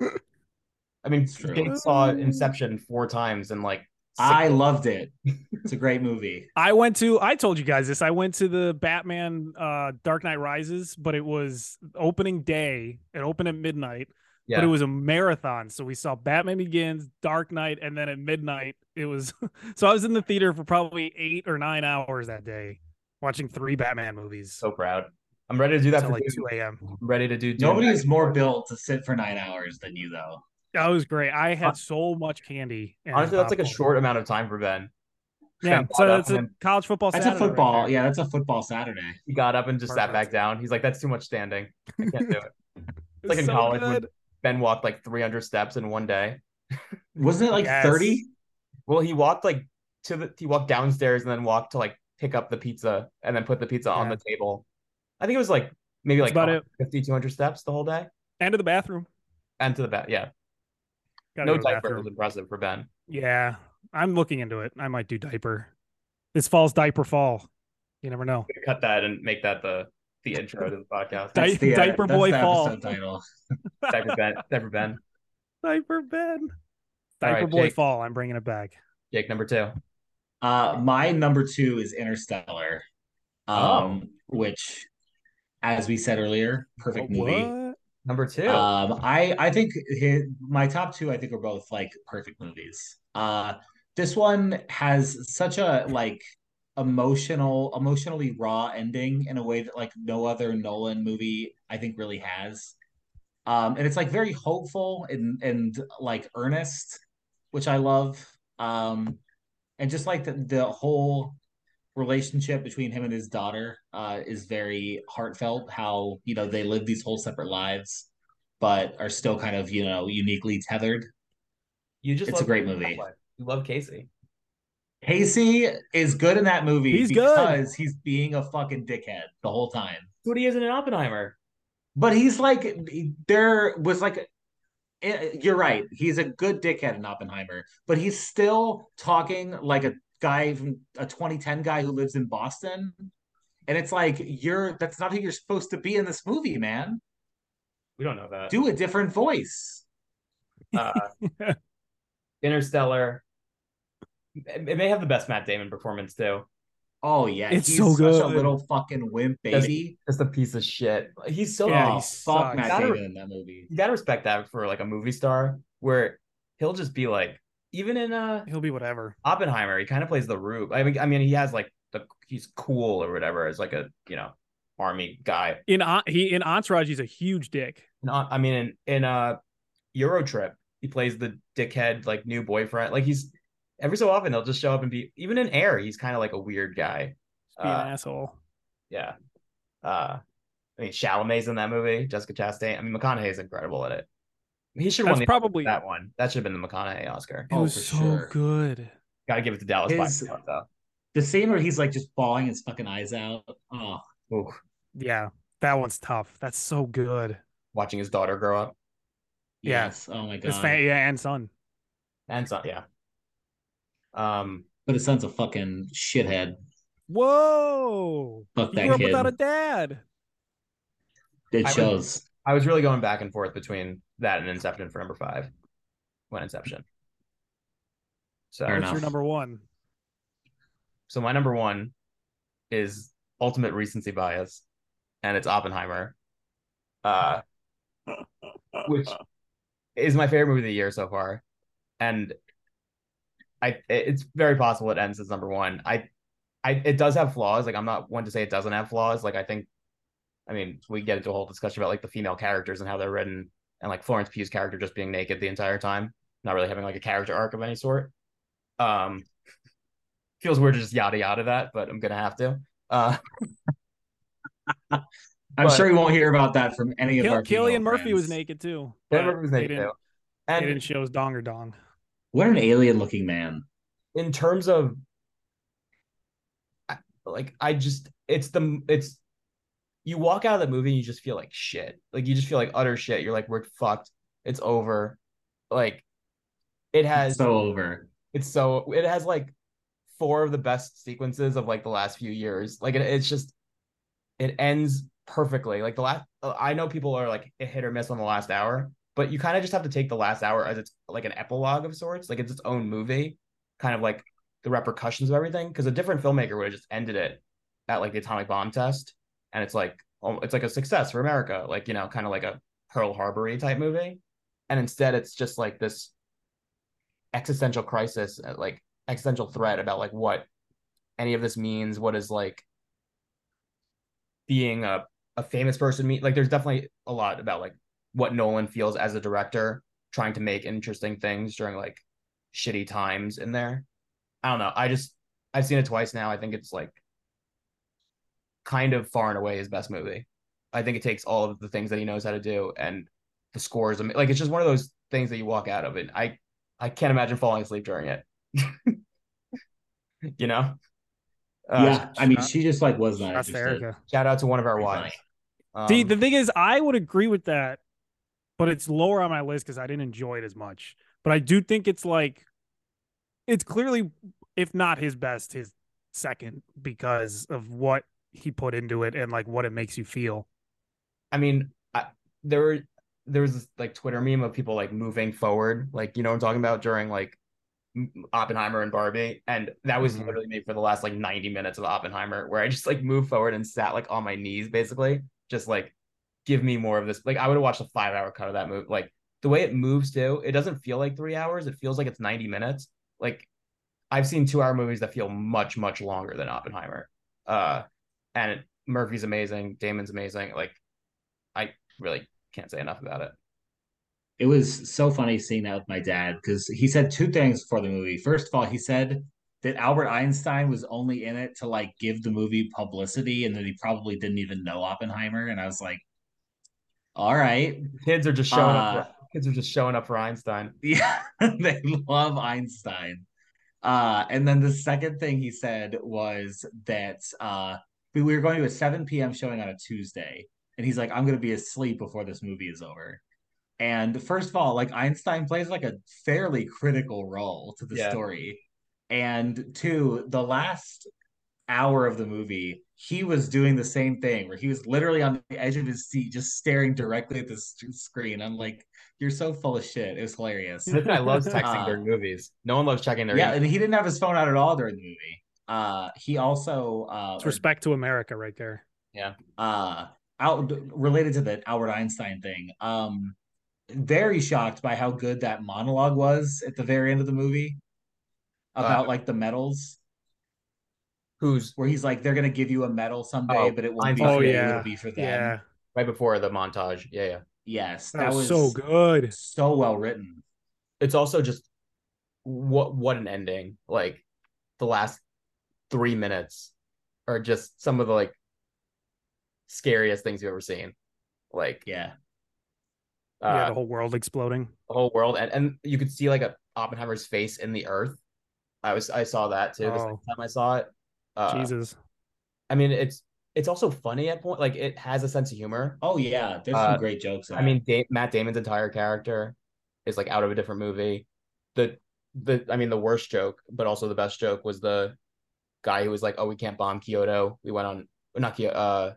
A: I mean,
B: It's true.
A: Gates saw Inception four times and like six-
B: I loved it. It's a great movie.
C: I went to I told you guys this. I went to the Batman uh Dark Knight Rises, but it was opening day. It opened at midnight,
A: yeah.
C: but it was a marathon. So we saw Batman Begins, Dark Knight, and then at midnight it was so I was in the theater for probably 8 or 9 hours that day watching three Batman movies
A: so proud. I'm ready to do that
C: until
A: for
C: like
A: Dune.
C: 2 a.m.
A: I'm ready to do Dune.
B: Nobody is more built to sit for nine hours than you though.
C: That was great. I
A: Hon-
C: had so much candy. and
A: honestly that's like a
C: popcorn.
A: short amount of time for Ben.
C: Yeah,
A: Got
C: so
A: up
C: it's a
A: and
C: college football.
B: That's
C: Saturday
B: a
C: right
B: football.
C: there.
B: yeah, that's a football Saturday.
A: He got up and just sat back
C: Perfect.
A: down. He's like, "That's too much standing. I can't do it."
C: It
A: like
C: was
A: in
C: so
A: college when-
C: good.
A: ben walked like 300 steps in one day.
B: Wasn't it like
C: Yes.
B: thirty?
A: Well, he walked like to the he walked downstairs and then walked to like pick up the pizza and then put the pizza on
C: Yeah.
A: the table. I think it was like maybe
C: That's
A: like
C: about it.
A: 50 200 steps the whole day
C: and to the bathroom.
A: and to the bed. Yeah,
C: Gotta
A: no
C: go to the
A: diaper was
C: bathroom.
A: impressive for Ben.
C: Yeah, I'm looking into it. I might do diaper. This fall's diaper fall. You never know.
A: Cut that and make that the the intro to the podcast.
C: Di-
B: That's the, uh,
C: diaper
B: that's
C: boy
B: the
C: fall.
B: episode title.
A: diaper Ben, diaper Ben,
C: Diaper Ben.
A: All right,
C: Diaper boy
A: Jake.
C: fall. I'm bringing it back.
A: Jake number two.
B: Uh, my number two is Interstellar,
C: Oh.
B: um, which, as we said earlier, perfect movie.
C: Oh, What?
A: Number two.
B: Um, I I think his, my top two I think are both like perfect movies. Uh, this one has such a like emotional, emotionally raw ending in a way that like no other Nolan movie I think really has. Um, and it's like very hopeful and and like earnest, which I love. Um, and just like the, the whole relationship between him and his daughter uh, is very heartfelt. How you know they live these whole separate lives, but are still kind of you know uniquely tethered.
A: you just
B: it's a
A: love-
B: great movie.
A: You love Casey.
B: Casey is good in that movie
C: He's good.
B: because he's being a fucking dickhead the who time.
A: That's what he is in an Oppenheimer.
B: But he's like, there was like, eh, you're right. He's a good dickhead in Oppenheimer, but he's still talking like a guy from a 2010 guy who lives in Boston. And it's like, you're, that's not who you're supposed to be in this movie, man.
A: We don't know that.
B: Do a different voice.
A: uh, Interstellar. It it may have the best Matt Damon performance too.
B: Oh, yeah.
C: It's
B: he's
C: so
B: such a
C: good.
B: little fucking wimp,
A: Does-
B: baby.
A: Just a piece of shit. He's so
C: Yeah, he
B: oh, fuck
C: sucks.
B: Matt
A: Gotta-
B: Damon in that movie.
A: you gotta respect that for like a movie star, where he'll just be like, even in uh
C: He'll be whatever.
A: Oppenheimer, he kind of plays the rube. I mean, I mean, he has like the he's cool or whatever as like a you know army guy.
C: In En- he in Entourage, he's a huge dick.
A: Not, I mean, in in uh Eurotrip, he plays the dickhead like new boyfriend. Like he's every so often they'll just show up and be even in Air, he's kind of like a weird guy.
C: Just Be an
A: Uh,
C: asshole.
A: Yeah. Uh I mean Chalamet's in that movie, Jessica Chastain. I mean McConaughey's incredible at it. He should
C: That's
A: win
C: probably
A: that one. That should have been the McConaughey Oscar.
C: It
B: Oh,
C: was
B: for
C: so
B: sure.
C: good.
A: Gotta give it to Dallas
B: His-
A: by though.
B: The scene where he's like just bawling his fucking eyes out. Oh,
A: Ooh,
C: Yeah, that one's tough. That's so good.
A: watching his daughter grow up.
C: Yeah.
B: yes. Oh my god.
C: It's fan- yeah, and son.
A: And son, yeah. Um
B: But his son's a fucking shithead.
C: Whoa,
B: Fuck
C: he grew
B: that
C: up
B: kid.
C: without a dad.
B: It
A: I would-
B: shows.
A: I was really going back and forth between that and Inception for number five. When Inception. So
B: Fair
C: What's your
B: enough.
C: number one?
A: so my number one is ultimate recency bias, and it's Oppenheimer. Uh Which- is my favorite movie of the year so far, and I it's very possible it ends as number one. I, I it does have flaws. Like I'm not one to say it doesn't have flaws. Like I think, I mean, we get into a whole discussion about like the female characters and how they're written, and like Florence Pugh's character just being naked the entire time, not really having like a character arc of any sort. Um, feels weird to just yada yada that, but I'm gonna have to. Uh,
B: I'm
A: but-
B: sure we won't hear about that from any of
C: Kill-
B: our
C: Killian
B: female
C: Murphy was
B: friends.
C: naked too. but
A: Killian Murphy was
C: they
A: naked
C: didn't-
A: too.
C: They
A: And
C: didn't show his dong or dong.
B: What an alien looking man.
A: in terms of I- like I just it's the it's you walk out of the movie and you just feel like shit. Like you just feel like utter shit. You're like we're fucked. It's over. Like it has
B: So over.
A: it's so it has like four of the best sequences of like the last few years. Like it, it's just it ends perfectly. Like the last I know people are like hit or miss on the last hour, but you kind of just have to take the last hour as it's like an epilogue of sorts. Like it's its own movie, kind of like the repercussions of everything. Because a different filmmaker would have just ended it at like the atomic bomb test, and it's like oh, it's like a success for America. Like you know, kind of like a Pearl Harbory type movie, and instead it's just like this existential crisis uh, like existential threat about like what any of this means what is like being a, a famous person mean like there's definitely a lot about like what nolan feels as a director trying to make interesting things during like shitty times in there i don't know i just I've seen it twice now. I think it's like kind of far and away his best movie. I think it takes all of the things that he knows how to do and the scores. Like it's just one of those things that you walk out of, and I I can't imagine falling asleep during it. you know.
B: yeah,
A: Uh,
B: I mean,
C: not-
B: she just like was not
C: That's
B: interested.
C: Erica.
A: shout out to one of our
B: Pretty
A: wives. Um,
C: See, the thing is, I would agree with that, but it's lower on my list because I didn't enjoy it as much. But I do think it's like, it's clearly, if not his best, his second because of what he put into it and like what it makes you feel.
A: I mean, I, there were there was this like Twitter meme of people like moving forward, like you know what I'm talking about during like M- Oppenheimer and Barbie, and that was
C: Mhm.
A: literally me for the last like 90 minutes of Oppenheimer, where I just like moved forward and sat like on my knees, basically, just like give me more of this. Like I would have watched a five hour cut of that movie. Like the way it moves too, it doesn't feel like three hours. It feels like it's 90 minutes. Like I've seen two hour movies that feel much much longer than Oppenheimer. Uh, and Murphy's amazing, Damon's amazing. Like really can't say enough about it.
B: it was so funny seeing that with my dad because he said two things for the movie. First of all, he said that Albert Einstein was only in it to like give the movie publicity and that he probably didn't even know Oppenheimer. And I was like, all right.
A: Kids are just showing up.
B: Uh,
A: For, kids are just showing up for Einstein.
B: Yeah, they love Einstein. Uh, and then the second thing he said was that uh, we we were going to a 7 p.m. showing on a Tuesday. And he's like, I'm going to be asleep before this movie is over. And first of all, like Einstein plays like a fairly critical role to the
A: Yeah.
B: story. And two, the last hour of the movie, he was doing the same thing where he was literally on the edge of his seat, just staring directly at the s- screen. I'm like, you're so full of shit. It was hilarious.
A: Listen, I love texting
B: Uh,
A: during movies. No one loves checking their.
B: yeah,
A: email.
B: and he didn't have his phone out at all during the movie. Uh, he also uh,
C: It's respect to America right there.
B: uh, out related to the Albert Einstein thing. Um, very shocked by how good that monologue was at the very end of the movie
C: Uh,
B: about like the medals,
A: who's
B: where he's like, "They're gonna give you a medal someday,
A: Oh,
B: but it won't
A: Einstein.
B: be for
A: Oh,
B: you;
C: yeah.
B: it'll be for them."
C: Yeah.
A: right before the montage. Yeah, yeah.
B: Yes,
C: That, was, so good.
B: so well written.
A: It's also just what what an ending. Like the last three minutes are just some of the like scariest things you've ever seen. Like
B: Yeah,
A: uh,
C: yeah, the whole world exploding.
A: the whole world, and and you could see like a Oppenheimer's face in the earth. I was I saw that too. The
C: Oh.
A: second time I saw it. Uh,
C: Jesus.
A: I mean, it's it's also funny at point. Like it has a sense of humor.
B: oh yeah, there's
A: Uh,
B: some great jokes. in
A: I
B: it.
A: mean, da- Matt Damon's entire character is like out of a different movie. The the I mean, the worst joke, but also the best joke was the guy who was like, "Oh, we can't bomb Kyoto. We went on not Kyoto. Uh,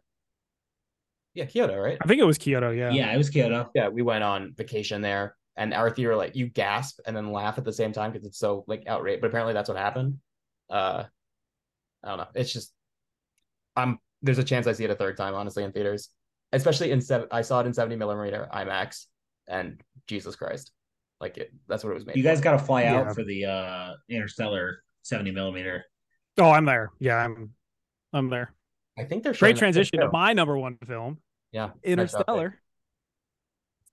A: yeah, Kyoto, right?
C: I think it was Kyoto. Yeah.
B: yeah, it was Kyoto.
A: Yeah, we went on vacation there." And our theater, like you gasp and then laugh at the same time because it's so like outrage. But apparently that's what happened. Uh, I don't know. It's just I'm there's a chance I see it a third time, honestly, in theaters. Especially in seven I saw it in 70 millimeter IMAX and Jesus Christ. Like it that's what it was made.
B: You guys got to fly
C: Yeah.
B: out for the uh, Interstellar 70 millimeter.
C: Oh, I'm there. Yeah, I'm. I'm there.
A: for. I think they're showing
C: Great
A: that
C: transition
A: too.
C: to my number one film,
A: Yeah.
C: Interstellar.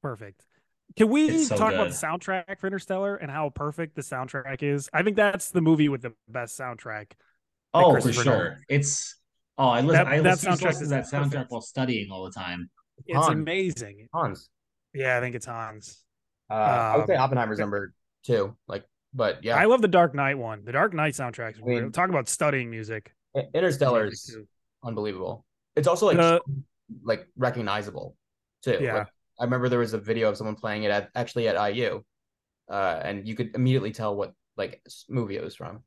C: Perfect. Can we
B: It's so
C: talk about
B: good.
C: the soundtrack for Interstellar and how perfect the soundtrack is? I think that's the movie with the best soundtrack. by
B: Oh, for
C: Christopher
B: sure.
C: Nolan.
B: It's oh, I listen.
C: That-
B: I
C: that
B: listen,
C: soundtrack
B: to
C: is
B: that soundtrack
C: perfect.
B: while studying all the time.
C: It's
A: Hans.
C: amazing.
A: Hans.
C: Yeah, I think it's Hans.
A: Uh, I would say
C: Um,
A: Oppenheimer's number two. Like, but yeah,
C: I love the Dark Knight one. The Dark Knight soundtrack's
A: I mean-
C: real. Talk about studying music.
A: I- Interstellar
C: Music,
A: is
C: too.
A: unbelievable. It's also like
C: The-
A: like recognizable too.
C: Yeah.
A: Like, I remember there was a video of someone playing it at actually at IU, uh, and you could immediately tell what like s- movie it was from.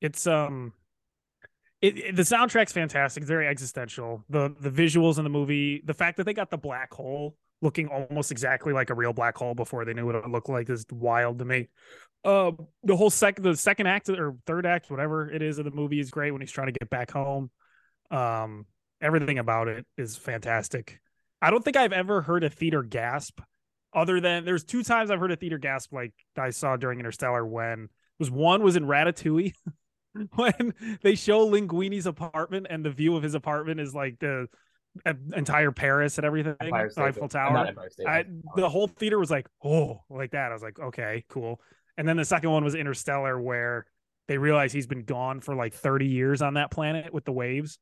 C: it's um it, it- the soundtrack's fantastic it's very existential the the visuals in the movie the fact that they got the black hole looking almost exactly like a real black hole before they knew what it looked like is wild to me uh the whole second the second act or third act whatever it is of the movie is great when he's trying to get back home um everything about it is fantastic i don't think i've ever heard a theater gasp other than there's two times i've heard a theater gasp like i saw during interstellar when was one was in ratatouille when they show Linguini's apartment and the view of his apartment is like the uh, entire Paris and everything,
A: Empire State
C: Eiffel
A: Building. Uh, not
C: Tower.
A: Empire State
C: I,
A: Building.
C: the whole theater was like, oh, like that. I was like, okay, cool. And then the second one was Interstellar, where they realize he's been gone for like 30 years on that planet with the waves.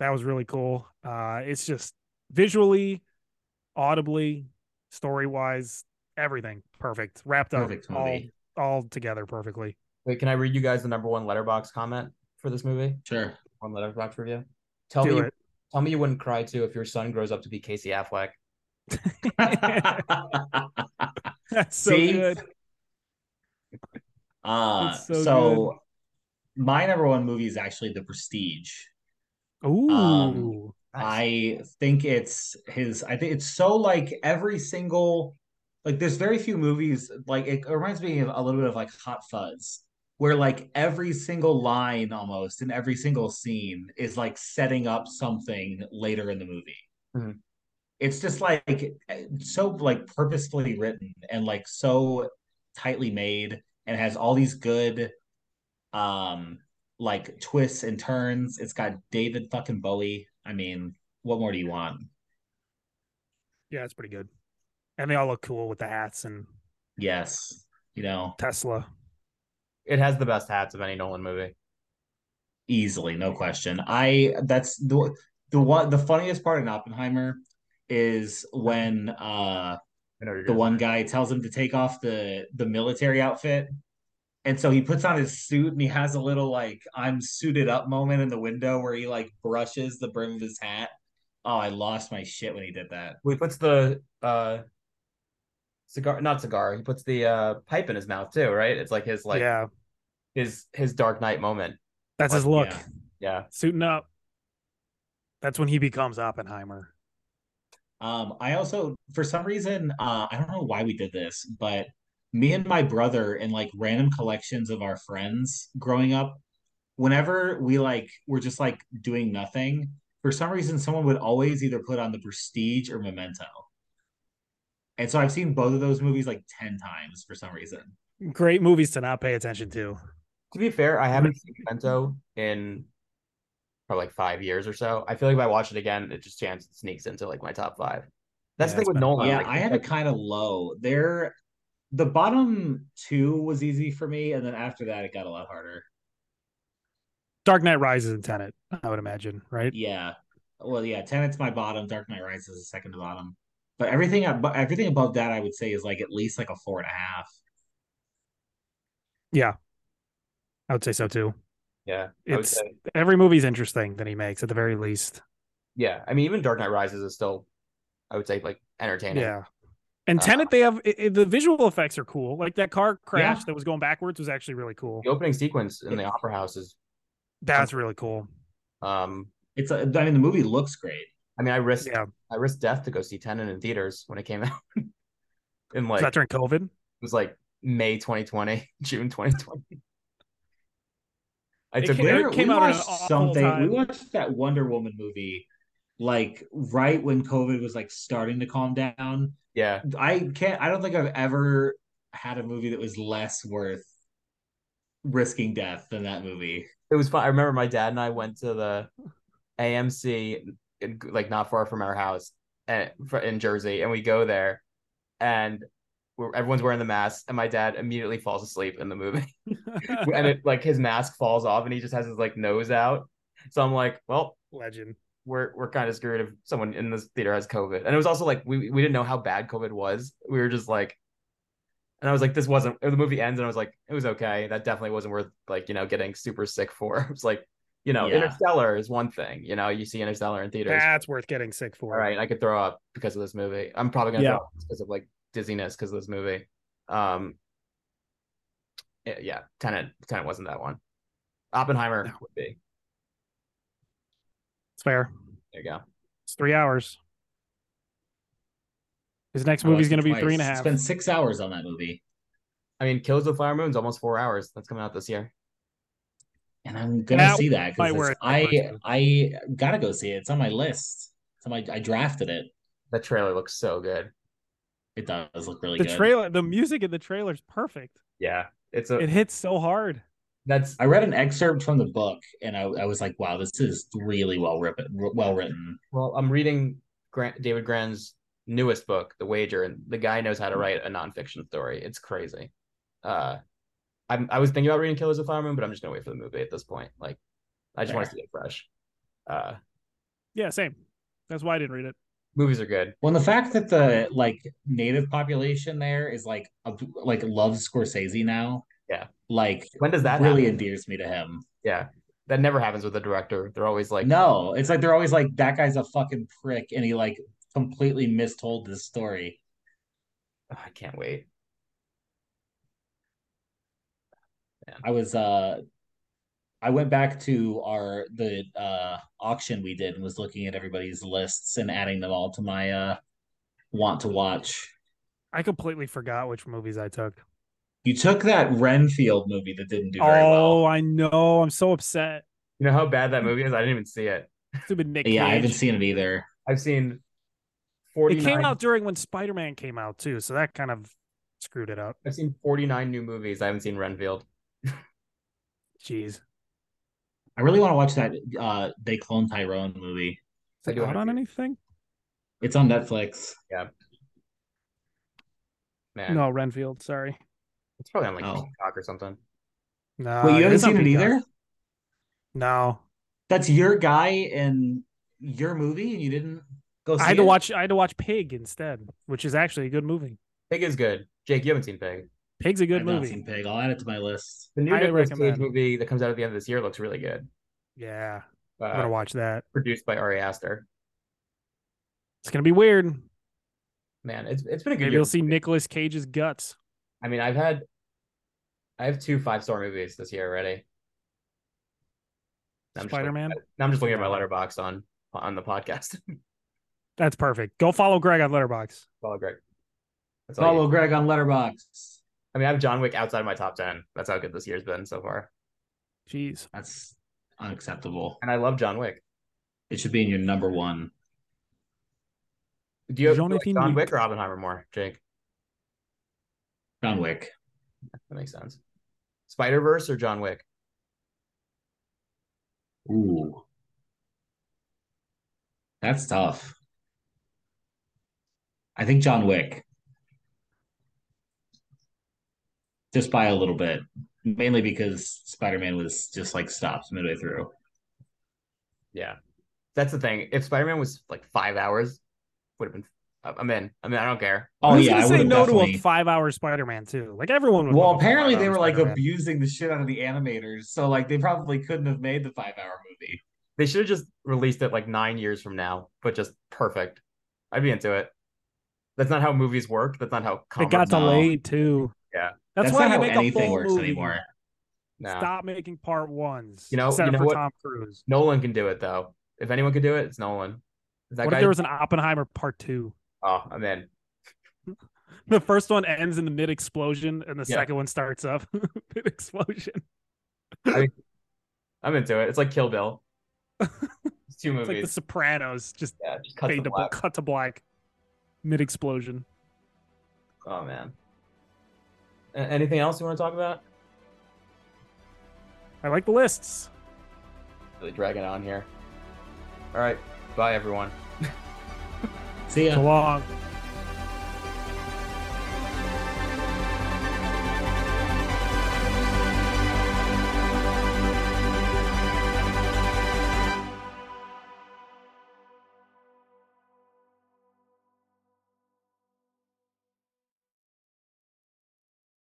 C: That was really cool. Uh, it's just visually, audibly, story wise, everything perfect, wrapped
B: Perfect
C: up all,
B: movie.
C: all together perfectly.
A: Wait, can I read you guys the number one letterbox comment for this movie?
B: Sure.
A: One letterbox review. Tell
C: Do
A: me,
C: it.
A: tell me you wouldn't cry too if your son grows up to be Casey Affleck.
C: That's so
B: See?
C: good.
B: Uh,
C: It's so
B: so my number one movie is actually The Prestige.
C: Ooh.
B: Um,
A: Nice.
B: I think it's his. I think it's so like every single like. There's very few movies like it reminds me of a little bit of like Hot Fuzz, where like every single line almost in every single scene is like setting up something later in the movie.
A: Mhm.
B: It's just like so like purposefully written and like so tightly made and has all these good um like twists and turns. It's got David fucking Bowie. I mean, what more do you want?
C: Yeah, it's pretty good. And they all look cool with the hats and
B: Yes, you know,
C: Tesla.
A: it has the best hats of any Nolan movie.
B: easily, no question. I that's the the one the funniest part in Oppenheimer is when uh
A: I know you're
B: the
A: gonna-
B: one guy tells him to take off the the military outfit and so he puts on his suit and he has a little like i'm suited up moment in the window where he like brushes the brim of his hat oh i lost my shit when he did that
A: Well, he puts the uh cigar not cigar he puts the uh pipe in his mouth too right it's like his like
C: yeah,
A: his his dark knight moment
C: that's his look.
B: yeah.
A: yeah
C: Suiting up. That's when he becomes Oppenheimer.
B: Um, I also, for some reason, uh, I don't know why we did this, but me and my brother and like random collections of our friends growing up, whenever we like were just like doing nothing, for some reason, someone would always either put on The Prestige or Memento. And so I've seen both of those movies like 10 times for some reason.
C: Great movies to not pay attention to.
A: to be fair i haven't seen memento in probably like five years or so i feel like if i watch it again it just chance sneaks into like my top five that's
C: Yeah,
A: the
C: it's
A: thing with
C: been-
A: nolan
B: Yeah,
A: like,
B: I had it kind of low. There, the bottom two was easy for me, and then after that, it got a lot harder.
C: Dark Knight Rises and Tenet, I would imagine, right?
B: Yeah. Well, yeah, Tenet's my bottom, Dark Knight Rises is second to bottom. But everything ab- everything above that I would say is like at least like a four and a half.
C: I would say so too.
A: yeah I would
C: It's
A: say-
C: every movie's interesting that he makes at the very least.
A: yeah i mean even dark knight rises is still i would say like entertaining
C: Yeah. And
A: Uh,
C: Tenet, they have i i- the visual effects are cool. Like that car crash that was going backwards was actually really cool.
A: the opening sequence in the opera house is
C: That's really cool.
A: um
B: It's a, I mean the movie looks great.
A: i mean i risked
C: Yeah.
A: i risked death to go see tenon in theaters when it came out and
C: Was
A: like
C: that during COVID?
A: It was like May 2020, June 2020. I
C: It
A: took
C: came-
A: it,
C: it
B: There-
C: came
B: we
C: out at an
B: watched
C: awful
B: something.
C: time.
B: We watched that Wonder Woman movie like right when COVID was like starting to calm down.
A: yeah.
B: I can't I don't think I've ever had a movie that was less worth risking death than that movie.
A: It was fun. I remember my dad and I went to the AMC, in, like not far from our house, and fr- in Jersey, and we go there, and we're, everyone's wearing the mask, and my dad immediately falls asleep in the movie, and it like his mask falls off, and he just has his like nose out. So I'm like, well,
C: Legend.
A: we're we're kind of screwed if someone in this theater has COVID. And it was also like we we didn't know how bad COVID was. We were just like, and I was like, this wasn't. and The movie ends, and I was like, it was okay. That definitely wasn't worth like you know getting super sick for. It was like, you know,
B: Yeah.
A: Interstellar is one thing. You know, you see Interstellar in theaters.
C: That's worth getting sick for.
A: All right, I could throw up because of this movie. I'm probably gonna
C: Yeah.
A: throw up because of like dizziness because of this movie. Um, yeah, yeah, Tenet, Tenet wasn't that one. Oppenheimer
C: No.
A: would be.
C: It's fair.
A: There you go.
C: It's three hours. His next
B: I watched
C: movie's
B: it
C: going to be three
B: twice.
C: and a half.
B: Spent six hours on that movie.
A: I mean, Kills of the Flower Moon's almost four hours. That's coming out this year.
B: and I'm gonna
C: That
B: see that
C: might wear
B: because
C: it
B: I
C: down.
B: I gotta go see it. It's on my list. It's on my I drafted it.
A: That trailer looks so good.
B: It does look really
C: the
B: good.
C: trailer, the music in the trailer's perfect.
A: Yeah, it's
B: Uh,
A: a
C: It hits so hard.
A: that's
B: I read an excerpt from the book and I, I was like, wow, this is really well written. Well written.
A: well. I'm reading Grant, David Grand's newest book, The Wager, and the guy knows how to write a nonfiction story. It's crazy. Uh, I'm, I was thinking about reading Killers of Flower Moon, but I'm just gonna wait for the movie at this point. Like, I just want to see it fresh. Uh,
C: Yeah, same. That's why I didn't read it.
A: movies are good.
B: Well, and the fact that the like native population there is like ob- like loves Scorsese now.
A: Yeah.
B: Like
A: When does that
B: really
A: happen?
B: endears me to him.
A: Yeah, that never happens with a director. They're always like,
B: no, it's like they're always like that guy's a fucking prick, and he like completely mistold this story.
A: "Ugh, I can't wait.
B: I was uh I went back to our the uh auction we did and was looking at everybody's lists and adding them all to my uh want to watch.
C: I completely forgot which movies I took.
B: You took that Renfield movie that didn't do very
C: Oh,
B: well.
C: I know. I'm so upset.
A: You know how bad that movie is? I didn't even see it.
C: Stupid Nick
B: Yeah, I
C: Cage.
B: haven't seen it either.
A: I've seen
C: It
A: 49
C: came out during when Spider Man came out too, so that kind of screwed it up.
A: I've seen 49 new movies. I haven't seen Renfield.
C: Jeez.
B: I really want to watch that uh They Clone Tyrone movie.
C: Is it
A: do
C: out
A: wanna
C: on
A: do-
C: anything?
B: It's on Netflix.
A: Man,
C: No, Renfield. Sorry.
A: it's probably on like
B: Oh.
A: Peacock or something.
C: No.
B: Wait, you haven't
C: Uh, is on
B: seen it
C: Peacock.
B: either?
C: No,
B: That's your guy in your movie and you didn't go see
C: I had to
B: it?
C: watch. I had to watch Pig instead, which is actually a good movie.
A: Pig is good. Jake, you haven't seen Pig.
C: Pig's a
B: I've
C: good
B: not
C: movie.
B: seen Pig. I'll add it to my list.
A: The new
C: Highly
A: Nicolas Cage
C: recommend.
A: movie that comes out at the end of this year looks really good.
C: Yeah, I'm gonna
A: Uh,
C: watch that.
A: produced by Ari Aster.
C: It's gonna be weird.
A: Man, it's it's been a good
C: Maybe
A: year.
C: you'll see Nicolas Cage's guts.
A: I mean, I've had I have two five star movies this year already. I'm just looking-
C: Spider-Man?
A: Now I'm just looking at my letterbox on on the podcast.
C: That's perfect. Go follow Greg on Letterbox.
A: Follow Greg. That's all you-
B: Follow Oh, Greg on Letterboxd.
A: I mean, I have John Wick outside of my top ten. That's how good this year's been so far.
C: Jeez.
B: That's unacceptable.
A: And I love John Wick.
B: It should be in your number one.
A: Do you do you like
C: Jonathan
A: John
C: Wick.
A: Wick or Oppenheimer more, Jake?
B: John Wick.
A: That makes sense. Spider Verse or John Wick?
B: Ooh. That's tough. I think John Wick. Just by a little bit. Mainly because Spider Man was just like stopped midway through.
A: Yeah, that's the thing. If Spider Man was like five hours, would have been. I- I'm in. I mean, I don't care.
B: Oh
C: Who's
B: yeah,
C: gonna
B: I
C: say
B: would've
C: no to a
B: definitely-
C: five-hour Spider-Man too. Like everyone would.
B: Well,
C: love a
B: apparently they
C: five-hour
B: were like
C: Spider-Man.
B: abusing the shit out of the animators, so like they probably couldn't have made the five hour movie.
A: They should have just released it like nine years from now, but just perfect. I'd be into it. That's not how movies work. That's not how
C: It
A: comics.
C: got
B: No.
C: delayed too.
A: Yeah.
C: That's, why
B: not
C: you
B: how
C: make a
B: anything
C: full
B: works
C: movie.
B: anymore.
A: No.
C: Stop making part ones.
A: You know-
C: except
A: you know
C: for
A: what-
C: Tom Cruise.
A: Nolan can do it though. If anyone could do it, it's Nolan. That
C: What
A: guy.
C: if there was an Oppenheimer part two?
A: oh, I'm in.
C: The first one ends in the mid explosion, and the
A: Yeah.
C: second one starts up mid explosion.
A: I'm into it. It's like Kill Bill. it's two
C: It's like The
A: movies.
C: Sopranos, just
A: yeah, just cut
C: fade
A: the
C: to
A: black.
C: cut to black, mid explosion.
A: Oh man. A- anything else you want to talk about?
C: I like the lists.
A: Really dragging it on here. All right. Bye everyone.
B: See ya.
C: So long.